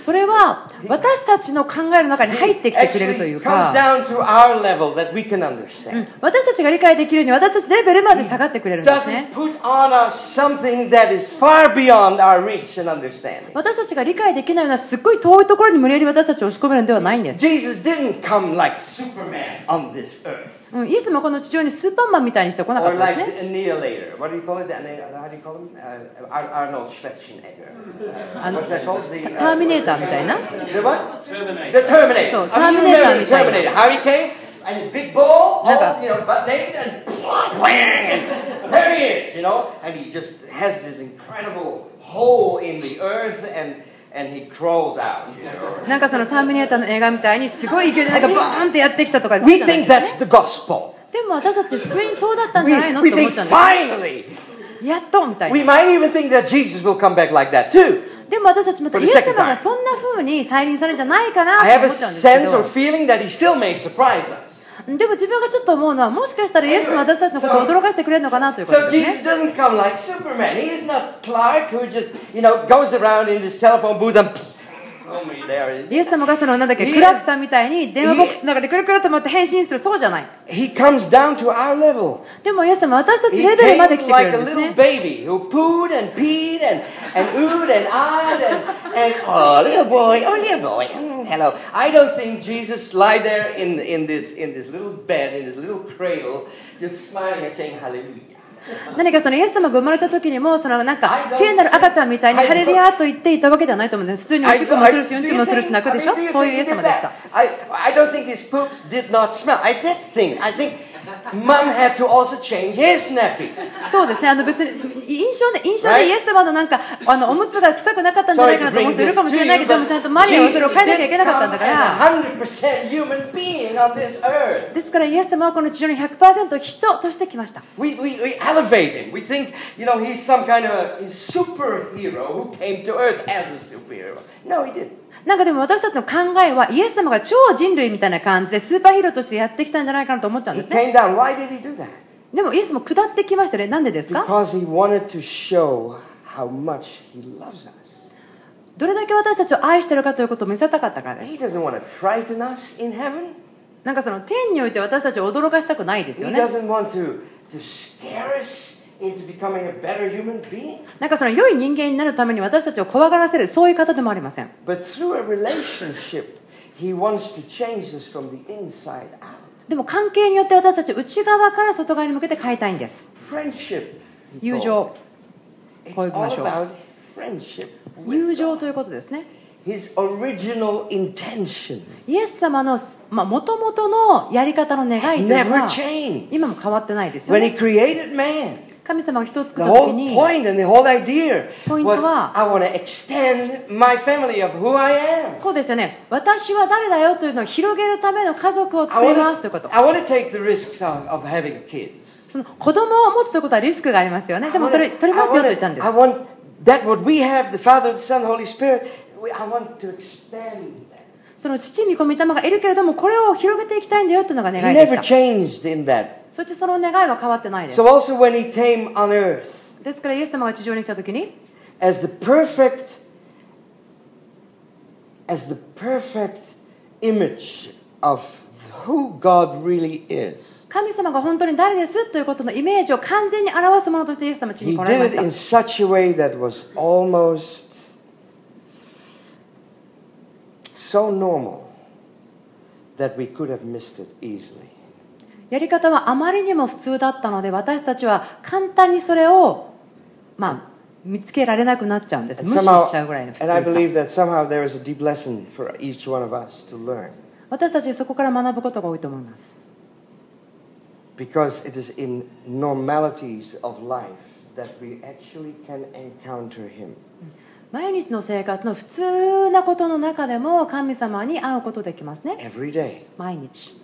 それは私たちの考えの中に入ってきてくれるとい
actually
う
comes
か、
down to our level that we can
う
understand.
ん私たちが理解できるように私たちレベルまで下がってくれるんですね
Doesn't。put on us something that is far beyond our reach and understanding.
私たちが理解できないようなすっごい遠いところに無理やり私たちを押し込めるのではないんです、
Jesus didn't come like Superman on this earth.
うん、イエス様はこの地上にスーパーマンみたいにしてこなか
Or
ったで
like
すね
the annihilator. What do you call it? The anni- How do you call him? Uh, Ar- Arnold Schwarzenegger. Uh,
あの
what's
タ
that called? The, uh,
ーミネーターみたいな
The what? Terminator. The Terminator.
So,
I mean, you
Terminator
remember the
みたいな。
Terminator. How he came and his big ball, all,
なんか-
you know, butt naked and whang, and there he is, you know, and he just has this incredible hole in the earth and and he crawls out, you know.
なんかそのターミネーターの映画みたいにすごい勢いでなんかバーンってやってきたとかです
We
じゃない
think
です
that's the gospel.
ねでも私たち福音そうだったんじ
We,
ゃないのっ
we
て思っ
think
ちゃうんで
finally.
すやっとみたい
We
な
might even think that Jesus will come back like that too.
でも私たちまた
For
イ
the
エ
second
ス様がそんな風に再臨されるんじゃないかな
I
と
have
思
a
っちゃうんですけ
sense or
ど
feeling that he still may surprise us.
でも自分がちょっと思うのはもしかしたらイエス様は私たちのことを驚かしてくれるのかなということ
So
ですね
Jesus doesn't come like Superman. He is not Clark who just, you know, goes around in his telephone booth and oh my, there it
イエス様がそのなんだっけ
Yes.
クラークさんみたいに電話ボックスの中でくるくると回って返信するそうじゃない
is. He comes down to our level.
でもイエス様は私たち
He
レベル
came
まで来てくれ
like a
るんです
little
ね
baby who pooed and peed and, and oohed and ahed and, and oh little boy, oh little boy, mm, hello. I don't think Jesus lie there in, in this in this little bed, in this little cradle, just smiling and saying hallelujah.
何かそのイエス様が生まれた時にもそのなんか
I don't
聖なる赤ちゃんみたいに
I don't-
ハレルヤと言っていたわけではないと思うんです普通におしっこもするしうんちもするし泣くでしょそういうイエス様でした
I, I don't think his poops did not smell. I did think. I think mum had to also change his nappy.
そうですね、あの別に印象で、印象
Right?
でイエス様のなんか、あのおむつが臭くなかったんじゃないかなと思う人いるかもしれないけど、でもちゃんとマリアはそれを変えなきゃいけなかったんだから。
hundred percent human being on this earth.
ですからイエス様はこの地上に100%人として来ました。
We, we, we elevate him. We think, you know, he's some kind of a superhero who came to earth as a superhero. No, he didn't.
なんかでも私たちの考えは、イエス様が超人類みたいな感じでスーパーヒーローとしてやってきたんじゃないかなと思っちゃうん
He
です
came
ね。
down. Why did he do that?
でもイエスも下ってきましたね。なんでですか
Because he wanted to show how much he loves us.
どれだけ私たちを愛してるかということを見せたかったからで
He
す。
doesn't want to frighten us in heaven.
なんかその天において私たちを驚かしたくないですよ
He
ね。
doesn't want to, to scare us into becoming a better human being.
なんかその良い人間になるために私たちを怖がらせる、そういう方でもありません。
But through a relationship, he wants to change us from the inside out.
でも関係によって私たち内側から外側に向けて変えたいんです。
Friendship. he called
友情、
it. It's all
恋人でしょう。
about friendship. with
友情
God.
ということですね。
His original intention
イエス様のもともとのやり方の願
has
いというの
never
は
changed.
今も変わってないですよ
When he
ね。
created man,
神様が人を作
The
った時
whole
に
point and the whole idea
ポイントは、
was I want to extend my family of who I am.
そうですよね。私は誰だよというのを広げるための家族を
I
作りま
want
すということ。
I want to take the risks of, of having kids.
その子供を持つということはリスクがありますよね。
I
でも
wanna-
それ取りますよと
I
言ったん
wanna-
で
I
す。
want that what we have, the Father, the Son, Holy Spirit, we, I want to expand that.
その父、御子、御霊がいるけれども、これを広げていきたいんだよというのが願
He
いでし
never
た。
changed in that.
そしてその願いは変わってないです
So。also when he came on earth
ですからイエス様が地上に来た時に、
as the perfect as the perfect image of who God really is.
神様が本当に誰ですということのイメージを完全に表すものとしてイエス様地に
He
来られま
did it
した
in。such a way that was almost so normal that we could have missed it easily.
やり方はあまりにも普通だったので、私たちは簡単にそれを、まあ、見つけられなくなっちゃうんです。
And
無視しちゃうぐらいの普
and I
通さ。
believe that somehow there is a deep lesson for each one of us to learn
私たちそこから学ぶことが多いと思います。
because it is in normalities of life that we actually can encounter Him.
毎日の生活の普通なことの中でも神様に会うことできますね。
Every day.
毎日。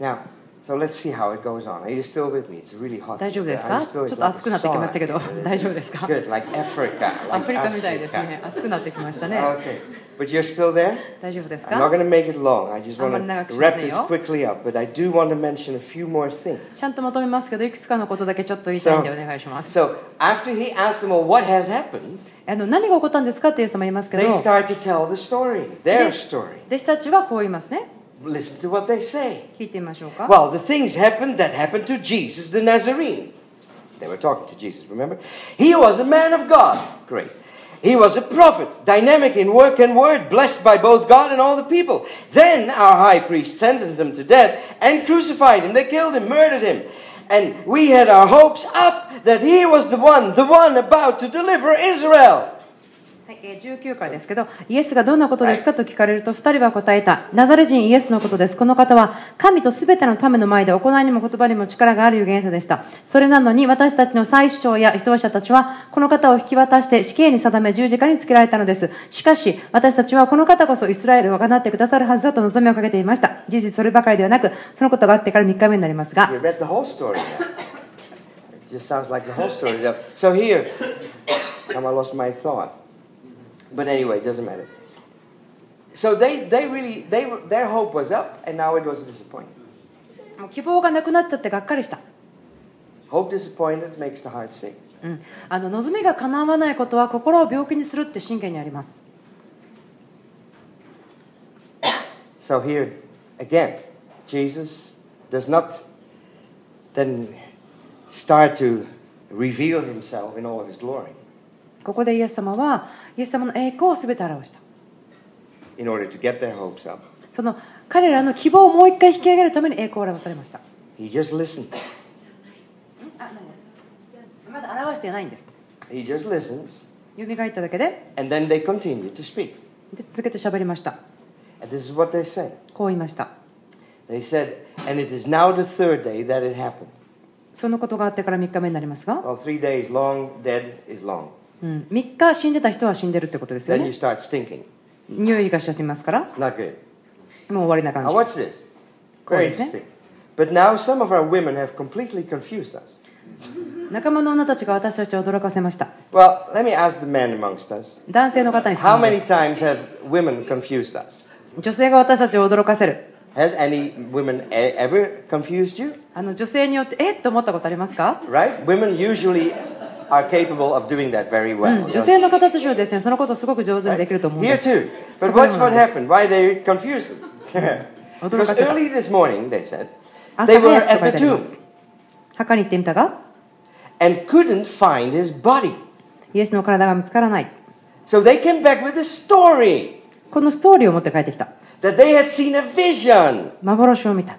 Now, so let's see how it goes on. Are you still with me? It's really hot.
大丈夫
here.
です
Are
か
you
ち
still-
ょっ
it's
と
like
暑くなってきましたけど
sauna.、
大丈夫ですか
Good, like Africa.
ア
Like
フリカみたいですね
Africa.。
暑くなってきましたね。
Okay, but you're still there?
大丈夫です
I'm not
か
going to make it long. I just want to
あんまり長くしませんよ。
wrap this quickly up, but I do want to mention a few more things.
ちゃんとまとめますけど、いくつかのことだけちょっと言いたいんでお願いします。
So after he asked them, well, what has happened?
あの何が起こったんですかってイエス様言いますけど、
They
弟
start to tell the story, their
They-
story.
子たちはこう言いますね。
Listen to what they say.
聞いてみましょうか。
Well, the things happened that happened to Jesus the Nazarene. They were talking to Jesus, remember? He was a man of God. Great. He was a prophet, dynamic in work and word, blessed by both God and all the people. Then our high priest sentenced him to death and crucified him. They killed him, murdered him. And we had our hopes up that he was the one, the one about to deliver Israel.
はい、えー19からですけど、イエスがどんなことですかと聞かれると、2人は答えた、ナザレ人イエスのことです。この方は、神とすべての民の前で行いにも言葉にも力がある預言者でした。それなのに、私たちの最首長や指導者たちは、この方を引き渡して死刑に定め、十字架につけられたのです。しかし、私たちはこの方こそイスラエルをなってくださるはずだと望みをかけていました。事実そればかりではなく、そのことがあってから3日目になりますが、
You read the whole story now. It just sounds like the whole story. Now. So here, now I lost my thought. But anyway, it doesn't matter. So they, they really, they, were- their hope was up, and now it was disappointed.
もう希望がなくなっちゃってがっかりした。
Hope disappointed makes the heart sick.
うん、あの望みが叶わないことは心を病気にするって信玄にあります。
So here, again, Jesus does not then start to reveal himself in all of his glory
ここでイエス様はイエス様の栄光を全て表した
in order to get their hopes up.
その彼らの希望をもう一回引き上げるために栄光を表されました
He just listened.
まだ表してないんです
He just listens,
蘇っただけで
and then they continue to speak.
で続けて喋りました
And this is what they said.
こう言いました
They said, And it is now the third day that it happened.
そのことがあってから3日目になりますが、
Well, three days long, dead is long.
うん、3日死んでた人は死んでるってことですよ
Then you
ね
start stinking.
匂いがしちゃってますからも
It's not good.
う終わりな感
Now
じ
watch this. Very
What is it?
interesting. But now some of our women have completely confused us.
仲間の女たちが私たちを驚かせました
Well, let me ask the men amongst us.
男性の方に質
How
問
many
です
times have women confused us?
女性が私たちを驚かせる
Has any women e- ever confused you?
あの女性によってえっと思ったことありますか、
Right? Women usually are capable of doing that very
う
well.
ん、女性の方たちはですねそのことをすごく上手にできると思うん
Here
です
too. But
Come
watch
on.
what happened. Why they confused them. because
Other-
early this morning, they said,
朝
they were
早くと
at the
書いてあります
tomb
墓に行ってみたが
and couldn't find his body.
イエスの体が見つからない
So they came back with a story
このストーリーを持って帰ってきた
that they had seen a vision
幻を見た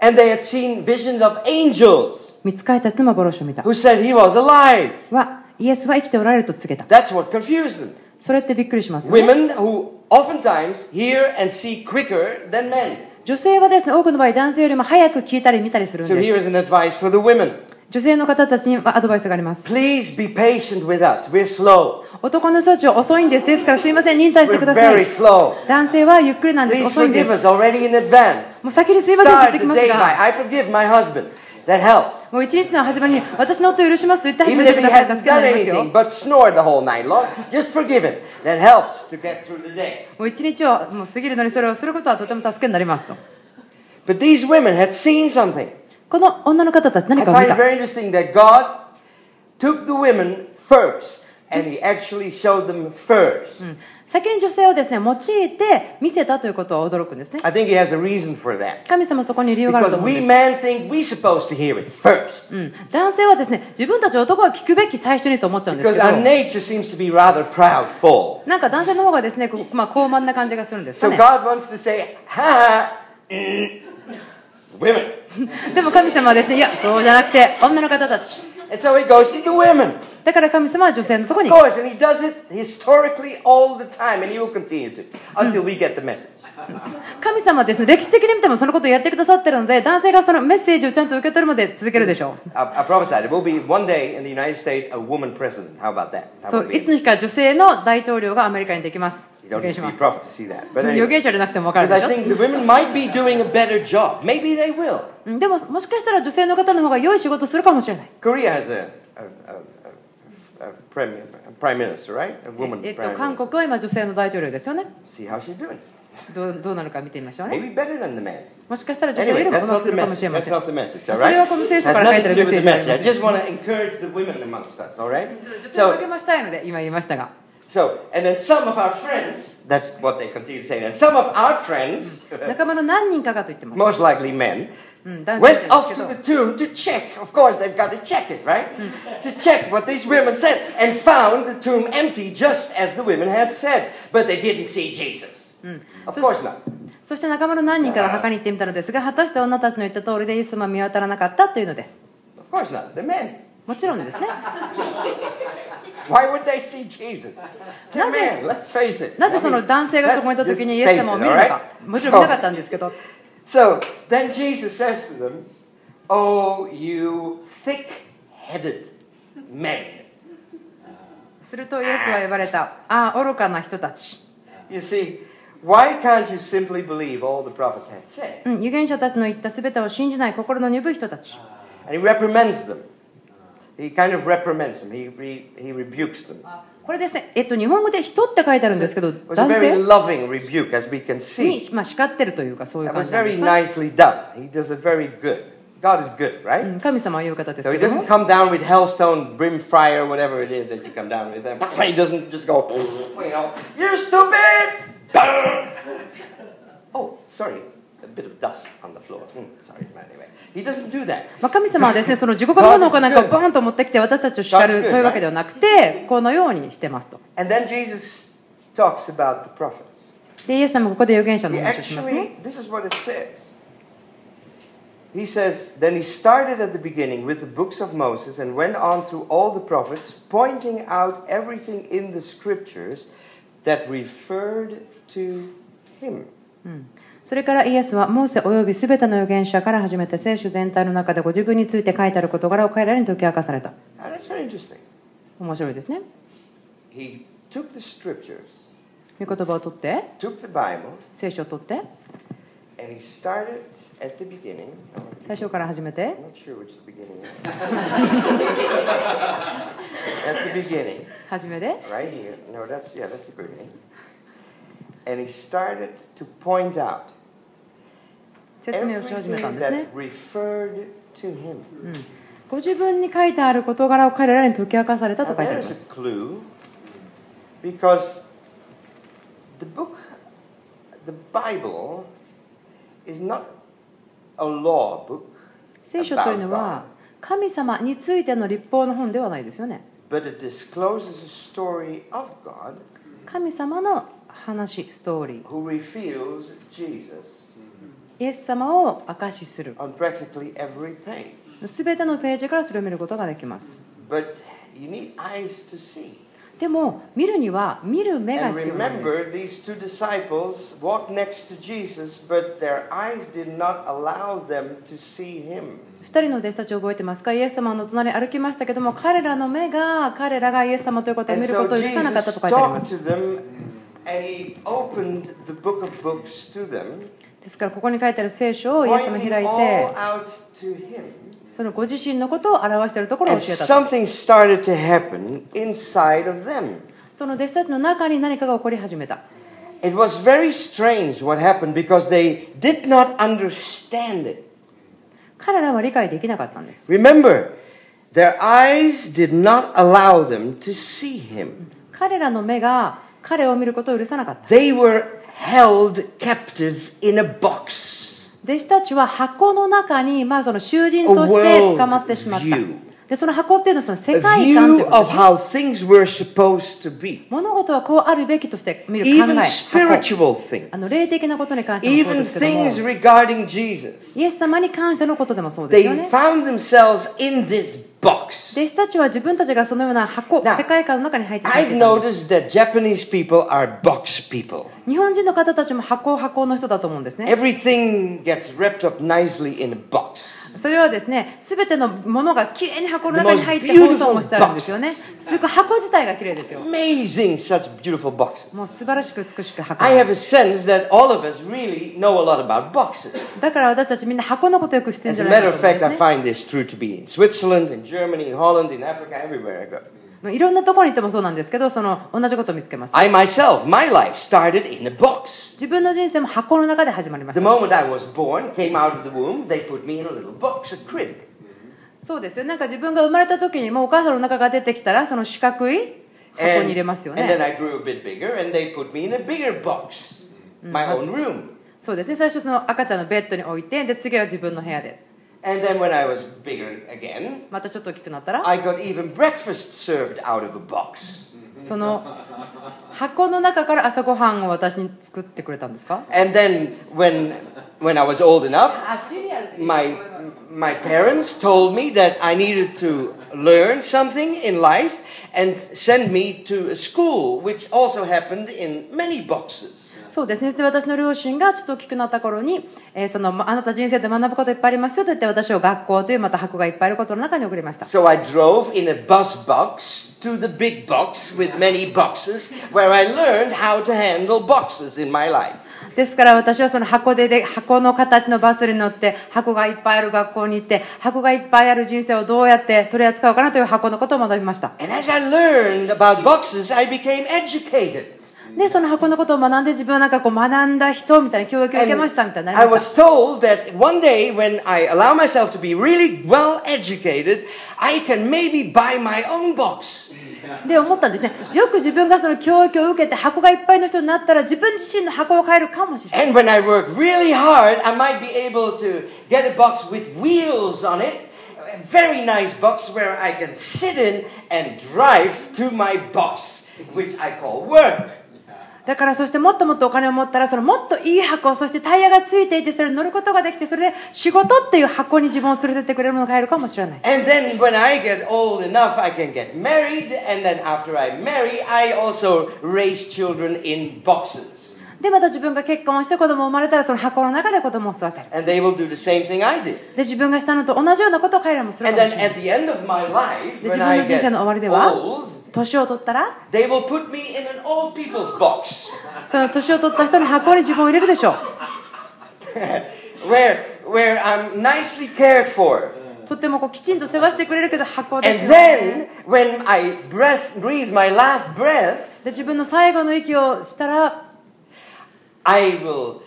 and they had seen visions of angels
見つかりたちの幻を見た
who said he was alive.
はイエスは生きておられると告げた
That's what confused them.
それってびっくりしますよね
Women who oftentimes hear and see quicker than men.
女性はですね多くの場合男性よりも早く聞いたり見たりするん
So
で
here
す
is an advice for the women.
女性の方たちにはアドバイスがあります
Please be patient with us. We're slow.
男の人たちは遅いんですですからすいません忍耐して
We're
くださ
very
い
slow.
男性はゆっくりなんです
Please
遅いんで
forgive
す
us already in advance.
もう先にすいませんっ
Start
て言ってき
the
ます
day by
が
I forgive my husband. That helps.
もう一日の始まりに私の夫を許しますと言って始
Even
めて
if
く
he
ださ
hasn't
い助けら
done
れますよ
anything
も
but snore the whole night long, just forgive him. That helps to get through the day.
う一日をもう過ぎるのにそれをすることはとても助けになりますと
But these women had seen something.
この女の方たち何
I
かを見
find it
た
very interesting that God took the women first and he actually showed them first.
うん先に女性をですね用いて見せたということは驚くんですね
I think he has a reason for that.
神様そこに理由があると
Because
思うんで
we
す
men think we're supposed to hear it first.
うん、男性はですね自分たち男は聞くべき最初にと思っちゃうんです
Because
け
our
ど
nature seems to be rather proudful.
なんか男性の方がですねこう、まあ、高慢な感じがするんですか
So
ね
God wants to say, ha, mm, women.
でも神様はですねいやそうじゃなくて女の方たち
And so he goes to the women.
だから神様は女性のところ
Of
に
course, and he does it historically all the time, and he will continue to until we get the message.
神様はですね歴史的に見てもそのことをやってくださってるので男性がそのメッセージをちゃんと受け取るまで続けるでしょ
I, I prophesy there will be one day in the United States a woman president. How about that?
う
That
そ
would
う
be
いつの日か女性の大統領がアメリカにできます
You
予
don't need
言
to
しま
be a
す
prophet to see that. But
予
anyway,
言者じゃなくても分
because
かる
I
でし
think the women might be doing a better job. Maybe they will.
ょうんでももしかしたら女性の方の方が良い仕事をするかもしれない
Korea has a, a, a, a, a, premier, a prime minister, right? A woman
え
prime
っと
minister.
韓国は今女性の大統領ですよね
See how she's doing.
どうどうなるか見てみましょうね
Maybe better than the man.
もしかしたら女性よ
Anyway,
りも
that's
うま
not
くす
the
るかもしれ
message.
ま
That's
せん
not the message, all
そ
right?
れはこの聖
Has
書から
nothing
書いて
to
る
do
メ
with
ッセ
the
ージでは
message. I just want
ありません
to encourage the women amongst us, all right?
女性を励
So,
ましたいので今言いましたが
so, and then some of our friends, that's what they continue saying, and some of our friends,
仲間の何人かがと言ってます、
most likely men,
うん、男性
went
なんで
off
すけ
to
ど
the tomb to check. Of course, they've got to check it, right? To check what these women said, and found the tomb empty just as the women had said, but they didn't see Jesus. Of
So-
course not.
そして仲間の何人かが墓に行ってみたのですが果たして女たちの言った通りでイエス様は見当たらなかったというのです
Of course not. The men.
もちろ んですね
Why would they see Jesus?
Nothing.
Come on, let's face it.
なぜそ
I
の
mean,
男性がそこにいた
let's
時
just
にイエス
face it,
様を
all
見るのか
right?
もちろん見なかっ
So,
たんですけど
so then Jesus says to them, Oh, you thick headed men.
するとイエスは呼ばれたああ愚かな人たち、
You see, why can't you simply believe all the prophets had said?
うん、預言者たちの言った全てを信じない心の鈍い人たち
And he reprimands them. He kind of reprimands them, he, re, he rebukes them.
これですねえっと日本語で人って書いてあるんですけど
It was a
男
very
性
loving rebuke, as we can
に
see.
まあ叱ってるというかそういう
That
感
was
じなんで
very
すか
nicely done. He does it very good. God is good,
う
right?
ん神様は言う方です
So
け
he
ども
doesn't come down with hellstone, brimfire, whatever it is that you come down with. He doesn't just go, you know, you stupid! Bang! Oh, sorry, a bit of dust on the floor. Hmm, sorry, anyway. He doesn't do that.
まあ、神様はですね、その地獄の炎かなんかをボーンと持ってきて私たちを叱
God's
る
good,
そういうわけではなくて、このようにしてますと。
And then Jesus talks about the prophets.
で、イエス様ここで預言者の
He
話をしますね。
actually, this is what it says. He says, Then he started at the beginning with the books of Moses and went on through all the prophets, pointing out everything in the scriptures that referred to him.
うんそれからイエスはモーセおよびすべての預言者から始めて聖書全体の中でご自分について書いてある事柄を彼らに解き明かされた
Now that's very interesting.
面白いですね
He took the scriptures,
御言葉を取って
took the Bible,
聖書を取って
and he started at the beginning.
最初から始めて
I'm not sure which the beginning is. at the beginning,
始めで
right here. No, that's yeah, that's the beginning. And he started to point out
説明をし始めたん
everything
ですね
that referred to him.
ご自分に書いてある事柄を彼らに解き明かされた
Now,
と書いてありま
there's
す
a clue because the book, the Bible, is not a law book,
聖書というのは神様についての立法の本ではないですよね
but it discloses a story of God
神様の話ストーリー
who reveals Jesus
イエス様を証しする
on practically every page.
全てのページからそれを見ることができます
But you need eyes to see.
でも見るには見る目が
And
必要なんです
remember, these two disciples walked next to Jesus, but their eyes did not allow them to see him.
2人の弟子たちを覚えてますかイエス様の隣歩きましたけども彼らの目が彼らがイエス様ということを
And
見ることを
so
許さなかったと
Jesus
書いてありま
talked
す
to them and he opened the book of books to them,
ですからここに書いてある聖書をイエス様
pointing
開いて
all out to him.
そのご自身のことを表しているところを
And
教えたと
something started to happen inside of them.
その弟子たちの中に何かが起こり始めた
It was very strange what happened because they did not understand it.
彼らは理解できなかったんです
Remember, their eyes did not allow them to see him.
彼らの目が彼を見ることを許さなかった
They were held captive in a box.
弟子たちは箱の中に、まあ、その囚人として捕まってしまっ
A
た
world view。
でその箱っていうのはその
A
世界観と
view
いうこと
of
ですね
how things were supposed to be.
物事はこうあるべきとして見る考え
Even
箱
spiritual things.
あの霊的なことに関してもそ
Even
うですけども
things regarding Jesus.
イエス様に関してのことでもそうですよ
They
ね
found themselves in this box.
弟子たちは自分たちがそのような箱
Now,
世界観の中に入ってしまっ
I've
ていたんです
noticed that Japanese people are box people.
日本人の方たちも箱箱の人だと思うんですね
Everything gets wrapped up nicely in a box.
それはですね全てのものがきれいに箱の
The
中に入って保
most
存をしてあるんですよねすごい箱自体がきれいですよ
Amazing, such beautiful boxes.
もう素晴らしく美しく箱
I have a sense that all of us really know a lot about boxes.
だから私たちみんな箱のことよく知ってるん
As
じ
a
ゃない
matter
かと
of
思う
fact,
んです
I find this
ね
true to be in Switzerland, in Germany, in Holland, in Africa, everywhere I go.
もういろんなところに行ってもそうなんですけどその同じことを見つけます
I myself, my life started in a box.
自分の人生も箱の中で始まりまし
The
た
moment I was born, came out of the womb, they put me in a little box, a crib.
そうですよなんか自分が生まれた時にもうお母さんの中が出てきたらその四角い箱に
And,
入れますよ
and then
ね
I grew a bit bigger, and they put me in a bigger box, my own room.
そうですね最初その赤ちゃんのベッドに置いてで次は自分の部屋で
And then when I was bigger again,
またちょっと大きくなったら
I got even breakfast served out of a box.
その箱の中から朝ごはんを私に作ってくれたんですか
And then when, when I was old enough,
あシリアル
my, my parents told me that I needed to learn something in life and send me to a school, which also happened in many boxes.
そうですねで私の両親がちょっと大きくなった頃に、えーそのまあなた人生で学ぶこといっぱいありますよと言って私を学校というまた箱がいっぱいあることの中に送りました
So I drove in a bus box to the big box with many boxes, where I learned how to handle boxes in my life.
ですから私はその箱でで箱の形のバスに乗って箱がいっぱいある学校に行って箱がいっぱいある人生をどうやって取り扱うかなという箱のことを学びました
And as I learned about boxes, I became educated.
でその箱のことを学んで自分はなんかこう学んだ人みたいな教育を受けましたみたいにな
I
りまし
was told that one day when I allow myself to be really well educated, I can maybe buy my own box.
たで思ったんですねよく自分がその教育を受けて箱がいっぱいの人になったら自分自身の箱を変えるかもしれない
And when I work really hard, I might be able to get a box with wheels on it. A very nice box where I can sit in and drive to my box, which I call work.
だからそしてもっともっとお金を持ったらそのもっといい箱そしてタイヤがついていてそれに乗ることができてそれで仕事っていう箱に自分を連れてってくれるものが変えるかもしれない
And then when I get old enough, I can get married. And then after I marry, I also raise children in boxes.
でまた自分が結婚して子供生まれたらその箱の中で子供を育てる
And they will do the same thing I did.
で自分がしたのと同じようなことを彼らもする
And
かも
then
しれな
at
い
the end of my life,
で
when
自
I
分の人
get
生の終わりでは
old,
年を取ったら
they will put me in an old people's box
その年を取った人の箱に自分を入れるでしょう
where, where I'm nicely cared for.
とってもこうきちんと世話してくれるけど箱ですよ
And
ね
then when I breath, breathe my last breath,
で自分の最後の息をしたら
I will.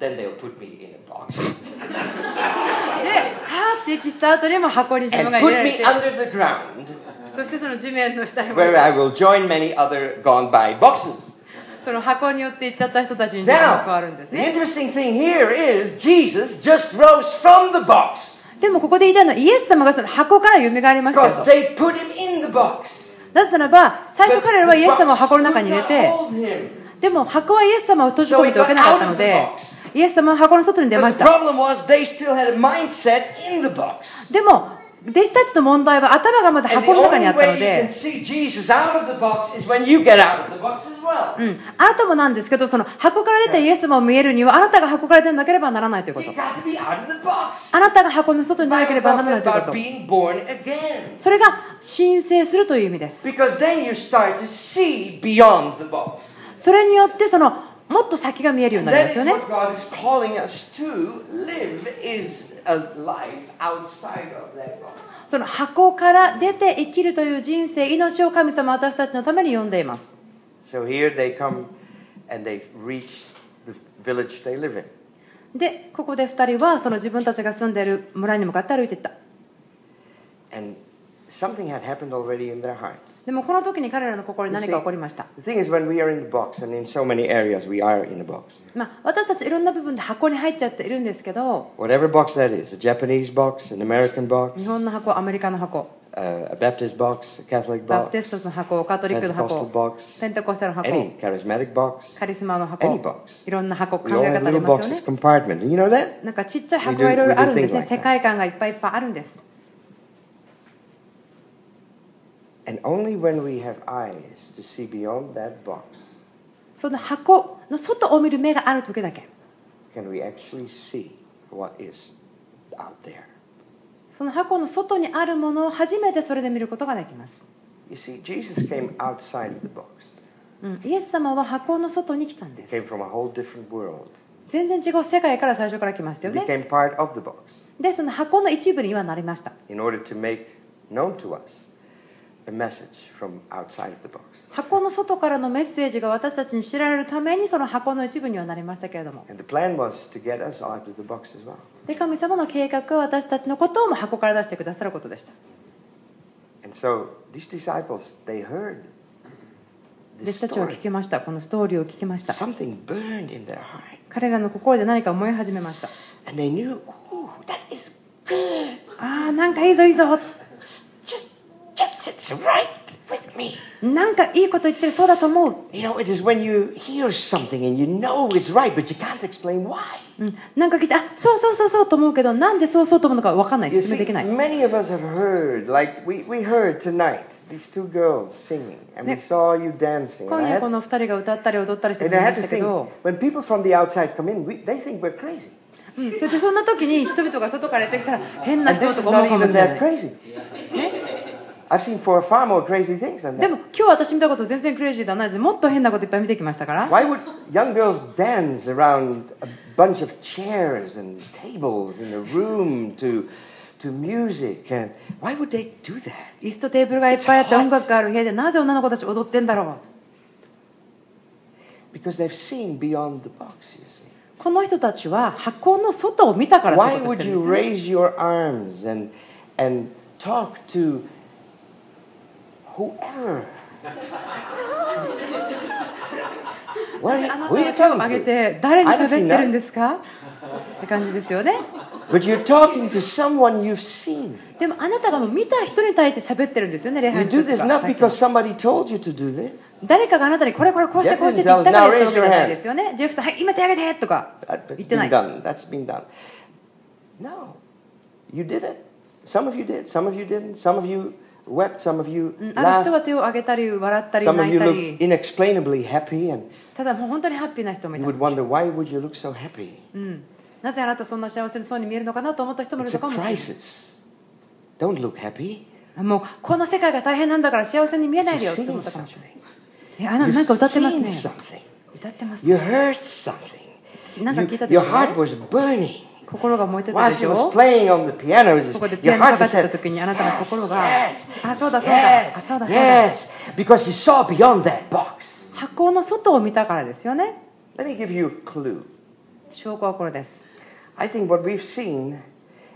Then they'll put me in a box
ではーって息した後にも箱に自
and
分が入れ
put
ら
me
れて
under the ground
そしてその地面の下にも
where I will join many other gone by boxes.
その箱によって行っちゃった人たちに自分が加わる
Now,
んです
the
ね
interesting thing here is Jesus just rose from the box
でもここで言いたいのはイエス様がその箱から蘇りましたよ
because
と
they put him in the box.
なぜならば最
But
初彼らはイエ
the
ス様を
box
箱の中に
could
入れ
not
て
hold him.
でも箱はイエス様を閉じ込めておけなかったの
So he
で
got out of the
イエス様は箱の外に出
But
ま
the
した
problem was they still had a mindset in the box.
でも弟子たちの問題は頭がまだ
And the
箱の中にあ
only
ったの
way you can
で
see Jesus out of the box is when you get out of the box as well.
うん、あなたもなんですけどその箱から出てイエス様を見えるにはあなたが箱から出なければならないというこ
We
と
got to be out of the box.
あなたが箱の外
The
に出なけ
Bible
ればなら
talks
ないとい
about
う
being
こと
born again.
それが申請するという意味です
Because then you start to see beyond the box.
それによってそのもっと先が見えるようになり
That
ま
is
すよね
what God is calling us to live is a life outside of that box.
その箱から出て生きるという人生命を神様は私たちのために呼んでいます
So here they come and they reach the village they live in.
でここで2人はその自分たちが住んでいる村に向かって歩いていった
And something had happened already in their hearts.
でもこの時に彼らの心に何か起こりました、
The thing is, when we are in the box, and in so many areas we are in the box,
まあ、私たちいろんな部分で箱に入っちゃっているんですけど
whatever box that is a Japanese box, an American box,
日本の箱アメリカの箱
uh, a Baptist box, a Catholic
バプ
box,
テストの箱カトリックの
Pentecostal
箱
box,
ペンテコステの箱
any charismatic box.
カリスマの
Any
箱
box.
いろんな箱考
We all
え
have
方あり
little
ますよ
boxes,
ね
compartment. You know that?
なんかちっちゃい
We
箱
do-
がいろい
we do
ろあるんです
things
ね
like that.
世界観がいっぱいいっぱいあるんです
And only when we have eyes to see beyond that box
その箱の外を見る目がある時だけ
can we actually see what is out there.
その箱の外にあるものを初めてそれで見ることができます、
You see, Jesus came outside of the box,
うん、イエス様は箱の外に来たんで
he came
す
from a whole different world.
全然違う世界から最初から来ました
He
よね
became part of the box.
でその箱の一部にはなりました
in order to make known to us a message from outside of the box.
箱の外からのメッセージが私たちに知られるためにその箱の一部にはなりましたけれども
And the plan was to get us out of the box as well.
で神様の計画は私たちのことをも箱から出してくださることでした
And so these disciples, they heard
弟
this
子たちを聞
story.
きましたこのストーリーを聞きました
Something burned in their heart.
彼らの心で何か思い始めました
And they knew, ooh, that is good.
ああなんかいいぞいいぞ
Just, just it's right with me.
なんかいいこと言ってるそうだと思う
You know, it is when you hear something and you know it's right, but you can't explain why.
うん、なんか聞いてあそうそうそうそうと思うけどなんでそうそうと思うのか分かんない
You
説明
see,
できない、
many of us have heard, like we, we heard tonight, these two girls singing, and we
Ne-
saw you dancing. And I
今夜
had,
この2人が歌ったり踊ったりしてく
and
れ
I
ま
had
し
to
たけ
think,
ど、
when people from the outside come in, we, they think we're crazy.
うん、それでそんな時に人々が外からやってきたら変な
And
人
this
と
is
か思
not
うかも
even
しれ
that
ない
crazy. I've seen for far more crazy things than
で
that.
も今日私見たこと全然クレイジーではないですもっと変なこといっぱい見てきましたから
Why would young girls dance around a bunch of chairs and tables in a room to, to music? And why would they do that?
椅子とテーブルがいっぱいあって
It's hot.
音楽がある部屋でなぜ女の子たち踊ってんだろ
Because they've seen beyond the box, you see.
うこの人たちは箱の外を見たからそうい
Why
うこと
would
してる
you
んですよ
raise your arms and and talk to whoever? What are you,
あな
who are you
たは手を挙
talking
げ
to?
て誰に
I don't see
喋ってる
none.
んですかって感じですよね
But you're talking to someone you've seen.
でもあなたがもう見た人に対して喋ってるんですよね礼
You
拝の
do
時
this
は
not because somebody told you to do this.
誰かがあなたにこれこれこうしてこうしてって言ったからやったわけじゃないですよね。ジェフさん、はい、今手あげてとか
That- That's
言ってな
been
い。
done. That's been done. No, you did it. Some of you did. Some of you didn't. Some of you wept, some of you
うんある人は
laughed,
手を挙げたり笑ったり
some of
泣い
you
た
looked
り
inexplainably happy, and
ただもう本当にハッピーな人もい
you
た
would wonder, why would you look so happy?
うん、なぜあなたそんな幸せそうに見えるのかなと思った人もいる
It's
の
a
かもしれない
crisis. Don't look happy.
もうこの世界が大変なんだから幸せに見えない
You've
でよって
seen
思ったかもしれない
something.
えあななんか
You've
歌ってますね
seen something.
歌ってます
You
ね
heard something.
なんか
You-
聞いたでし
your
ょ
heart was burning.
心が燃えてた
While
でし
she was
ょ
playing on the piano, it
ここで
was-
ピア
your
ノか
heart
かっ
was
てた
said,
時にあなたの心が
Yes,
あそうだそうだあ
yes,
そうだそうだ
yes, because you saw beyond that box.
箱の外を見たからですよね
Let me give you a clue.
証拠はこれです
I think what we've seen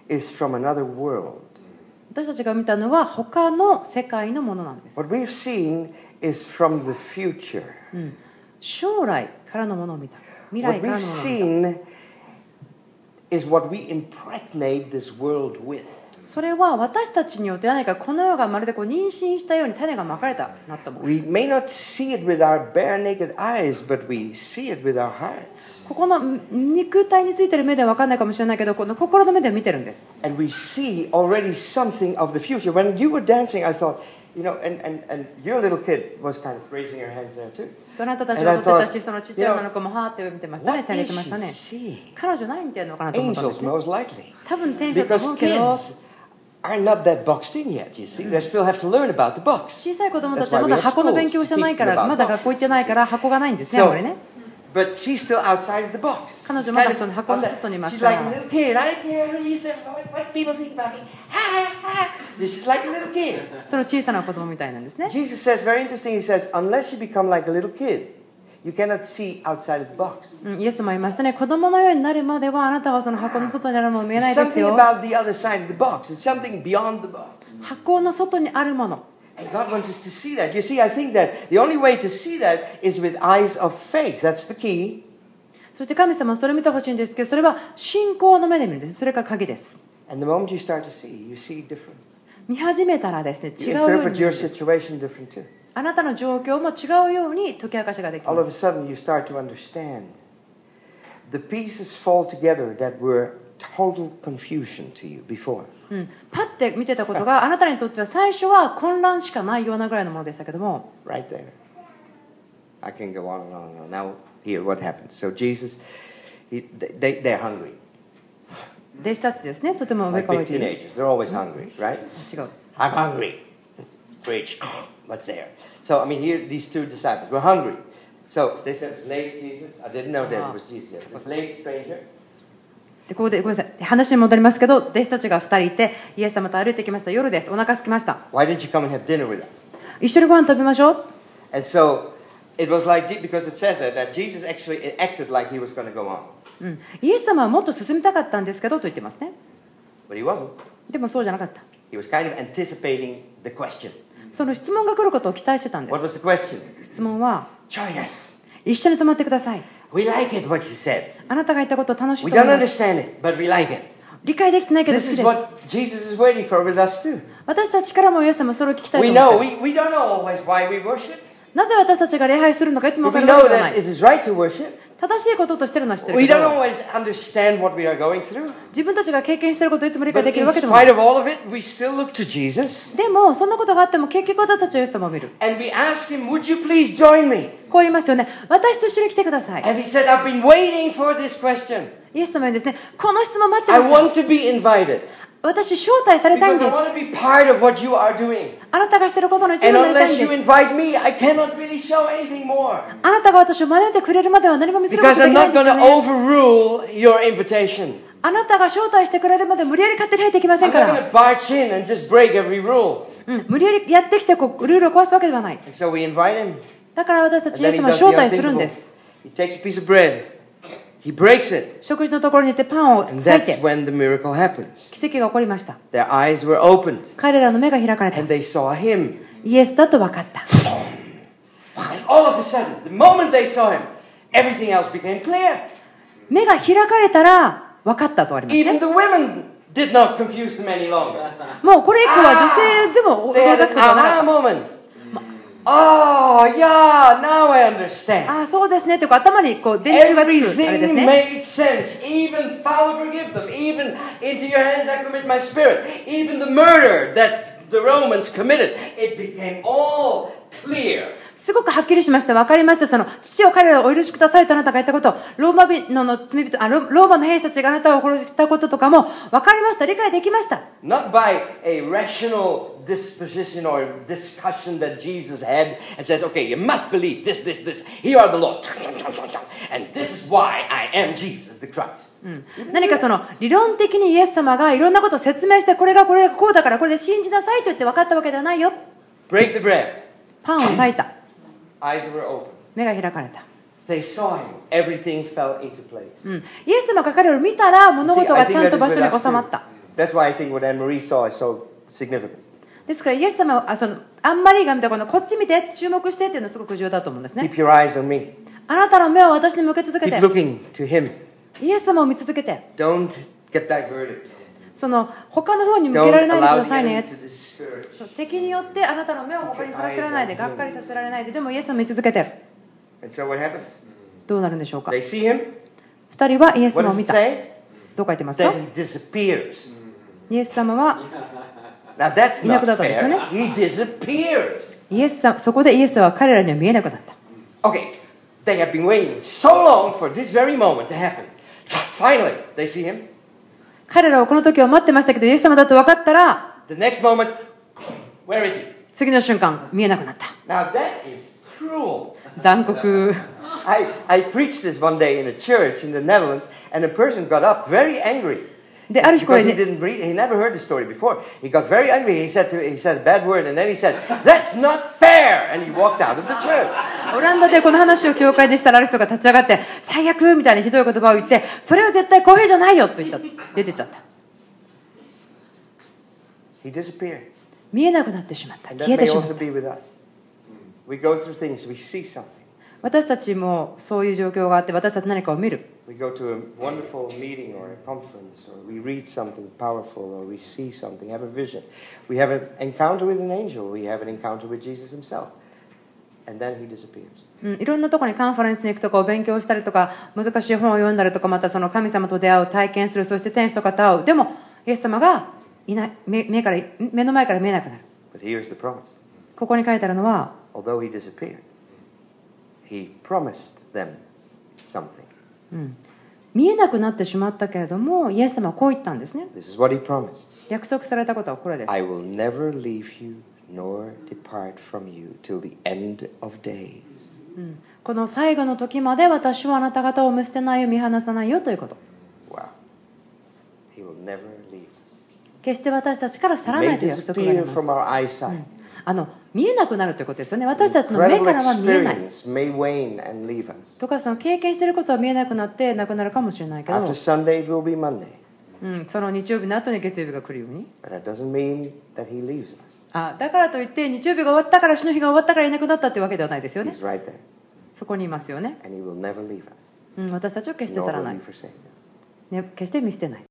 is from another world.
私たちが見たのは他の世界のものなんです
What we've seen is from the future.
将来からのものを見た未
What
来から
we've
のものを見た
seen is what we impregnate this world with.
それは私たちによって何かこの世がまるでこう妊娠したように種がまかれたなったもの
We may not see it with our bare naked eyes, but we see it with our hearts.
ここのん肉体についてる目では分かんないかもしれないけどこの心の目で見てるんです
And we see already something of the future. When you were dancing, I thought, you know, and, and, and your little kid was kind of raising her hands there too.
そのあなたたち
And I
を撮ってた
thought,
しそのちっちゃい女の子もはーって上見てましたね
What
手
is
挙げてました
she
ね
seeing?
彼女何見てるのかなと思ったんです
Angels,
ね
most likely.
多分天使だ
Because
と思うけど
kids are not that boxed in yet, you see. They still have to learn about the box.
小さい子供たちはまだ箱の勉強してないか
That's why
ら
we have schools to teach them about
まだ学校行ってないから箱がないんですねあん
So,
まりね
but she's still outside of the box.
彼女まだその箱の外にいます。
She's like a little kid. I don't care who you say, what, what people think about me. Ha ha ha. She's like a little kid.
その小さな子供みたいなんですね
Jesus says, very interesting, he says, unless you become like a little kid, you cannot see outside of the box.
うんイエスも言いましたね子供のようになるまではあなたはその箱の外にあるもの見えない
It's
です
something
よ
about the other side of the box. It's something beyond the box.
箱の外にあるもの
And God wants us to see that. You see, I think that the only way to see that is with eyes of faith. That's the key.
そして神様はそれを見てほしいんですけどそれは信仰の目で見るんですそれが鍵です
And the moment you start to see, you see different.
見始めたらですね違
You
うように見える
interpret
んで
your
す
situation different too.
あなたの状況も違うように解き明かしができ
All
ま
of
す
a sudden, you start to understand. The pieces fall together that were total confusion to you before.
うん、パッて見てたこ とがあなたにとっては最初は混乱しかないようなぐらいのものでしたけども
Right there. I can go on and on and on. Now, here, what happens? So, Jesus, he, they, they, are hungry.
弟子たちですねとても上
Like
から置
big
いている
teenagers. They're always hungry, right?
違う
I'm hungry. Fridge, what's there? So, I mean, here, these two disciples were hungry. So, they said, it's late, Jesus. I didn't know that it was Jesus. It was late, stranger.
でここでごめんなさい話に戻りますけど弟子たちが2人いてイエス様と歩いてきました夜ですお腹空きました
Why didn't you come and have dinner with us?
一緒にご飯食べましょう
And so it was like, Je- because it says that, that Jesus actually acted like he was going to go on.
うん、イエス様はもっと進みたかったんですけどと言ってますね
But he wasn't.
でもそうじゃなかった
He was kind of anticipating the question.
その質問が来ることを期待してたんで
What was
す
the question?
質問は
Join us.
一緒に泊まってください
We like it what you said.
あなたが言ったことを楽しく
We
と思
don't
います
understand it, but we like it.
理解できてないけど好
This
き
is
で
what Jesus
す
is waiting for with us too.
私たちからもイエス様それを聞きたい
We
と
know
思います
we, we don't know always why we worship,
なぜ私たちが礼拝するのかいつも
but
分か
we know
るわけではな
that
い
it is right to worship.
正しいこととしてるのは知ってる
We
け
don't
ど
always understand what we are going through.
自分たちが経験してることをいつも理解
But
できる
in
わけでもない
spite of all of it, we still look to Jesus
でもそんなことがあっても結局私たちはイエス様を見る
and we ask him, Would you please join me?
こう言いますよね私と一緒に来てください
And he said, I've been waiting for this question.
イエス様は言うんですねこの質問待って
I
ました
want to be invited
私招待されたい
because
んで
I
す
want to be part of what you are doing.
あなたがしてることの一部に
And
なりたい
unless
ん
you
です
invite me, I cannot really show anything more
あなたが私を招いてくれるまでは何も見せること
because
がで
I'm
きない
not
んです
going
よ
to
ね
overrule your invitation.
あなたが招待してくれるまで無理やり勝手に入っていきませ
I'm
んか
not going to
ら、
barge in and just break every rule.
うん、無理やりやってきてこうルールを壊すわけではない
And so we invite him.
だから私た
And
ちイエ
then
ス
he
様を
does
招
the
待するんで
unthinkable.
す
He takes a piece of bread. He breaks it.
食事のところに行ってパンを
And
裂い
that's
て
when the miracle happens.
奇跡が起こりました
Their eyes were opened
彼らの目が開かれた
and they saw him.
イエスだと分かった。
And all of a sudden, the moment they saw him, everything else became clear.
目が開かれたら分かったとあります
Even
ね。
the women did not confuse them any longer.
もうこれ以降は時勢でも
They
動
had
かす
an
ことはな
aha
かっ
moment. Oh, yeah, now I understand.
た。ああ、そうですね。っていうか頭にこう電柱がつくあれです
Everything
ね。
made sense. Even Father, forgive them. Even into your hands I commit my spirit. Even the murder that the Romans committed, it became all clear.
すごくはっきりしました。わかりました。その、父を彼らをお許しくださいとあなたが言ったこと、ローマ人の罪人、あ、ロローマの兵士たちがあなたを殺したこととかも、わかりました。理解できました。
Not by a rational disposition or discussion that Jesus had and says, okay, you must believe this, this, this. Here are the laws. And this is why I am Jesus the Christ.
何かその理論的にイエス様がいろんなことを説明してこれがこれがこうだからこれで信じなさいと言って分かったわけではないよ
Break the bread.
パンを裂 いた
Eyes were open.
目が開かれた、
They saw him. Everything fell into place.
うん、イエス様が彼を見たら物
See,
事
I
がち
think
ゃん
that
と
is
場所
with
に収ま
us
っ
too.
た
That's why I think what Anne Marie saw is so significant.
ですからイエス様はあそのあんまりが見たこのこっち見て注目してっていうのはすごく重要だと思うんですね
Keep your eyes on me.
あなたの目を私に向け続け
Keep
て
looking to him.
イエス様を見続けて
Don't get diverted.
その他の方に向
Don't
けられないでく
allow
だ
the
さい
enemy
ね
to discourage.
そう敵によってあなたの目を他にそらせられないでがっかりさせられないででもイエス様を見続けて
And so what happens?
どうなるんでしょうか
They see him.
二人はイエス
What
様を
does
見
it
た
say?
どう書いてますか
Then he disappears.
イエス様は
Now that's not
いなくなったんですよね。
fair. He disappears.
イエス様そこでイエスは彼らには見えなくなった。
Okay, they have been waiting so long for this very moment to happen. Finally, they see him.
彼らはこの時は待ってましたけど、イエス様だと分かったら、
The next moment, where is he?
次の瞬間、見えなくなった。
Now that is cruel.
残酷。
I, I preached this one day in a church in the Netherlands, and a person got up very angry.
で、ある日これ
Because he
ね、
didn't read, he never heard the story before. He got very angry. He said, to, he said a bad word, and then he said, "That's not fair!" And he walked out of the church.
オランダでこの話を教会でしたら、ある人が立ち上がって、最悪みたいなひどい言葉を言って、それは絶対公平じゃないよと言った。出てっちゃった。
He disappeared.
見えなくなってしまった。
And that
消えて
may
しまっ
also
た。
be with us. We go through things. We see something.
私たちもそういう状況があって、私たち何かを見る。
We go to a wonderful meeting or a conference, or we read something powerful, or we see something, have a vision. We have an encounter with an angel, we have an encounter with Jesus himself. And then he disappears.
うん、いろんなとこにカンファレンスに行くとかお勉強したりとか難しい本を読んだりとかまたその神様と出会う体験するそして天使とかと会うでもイエス様がいない目目から目の前から見えなくなる
But here's the promise
ここに書いてあるのは
although he disappeared, he promised them something.
見えなくなってしまったけれどもイエス様はこう言ったんですね
This is what he promised
約束されたことはこれです
I will never leave you nor depart from you till the end of days.
この最後の時まで私はあなた方を見捨てないよ見放さないよということ
Wow. He will never leave us.
決して私たちから去
He
らな
may
いという約束があり
disappear
ます
from our eyesight.
あの見えなくなるということですよね私たちの目
Incredible
からは見えない
experience may wane and leave us.
とかその経験してることは見えなくなってなくなるかもしれないけど
After、Sunday, it will be Monday.
うん、その日曜日の後に月曜日が来るように
But that doesn't mean that he leaves us.
あだからといって日曜日が終わったから死の日が終わったからいなくなったってわけではないですよね
He's right there.
そこにいますよね、
And he will never leave us,
うん、私たちを決して去
nor
ら
will
な
he
い、
forsake us.
ね、決して見捨てない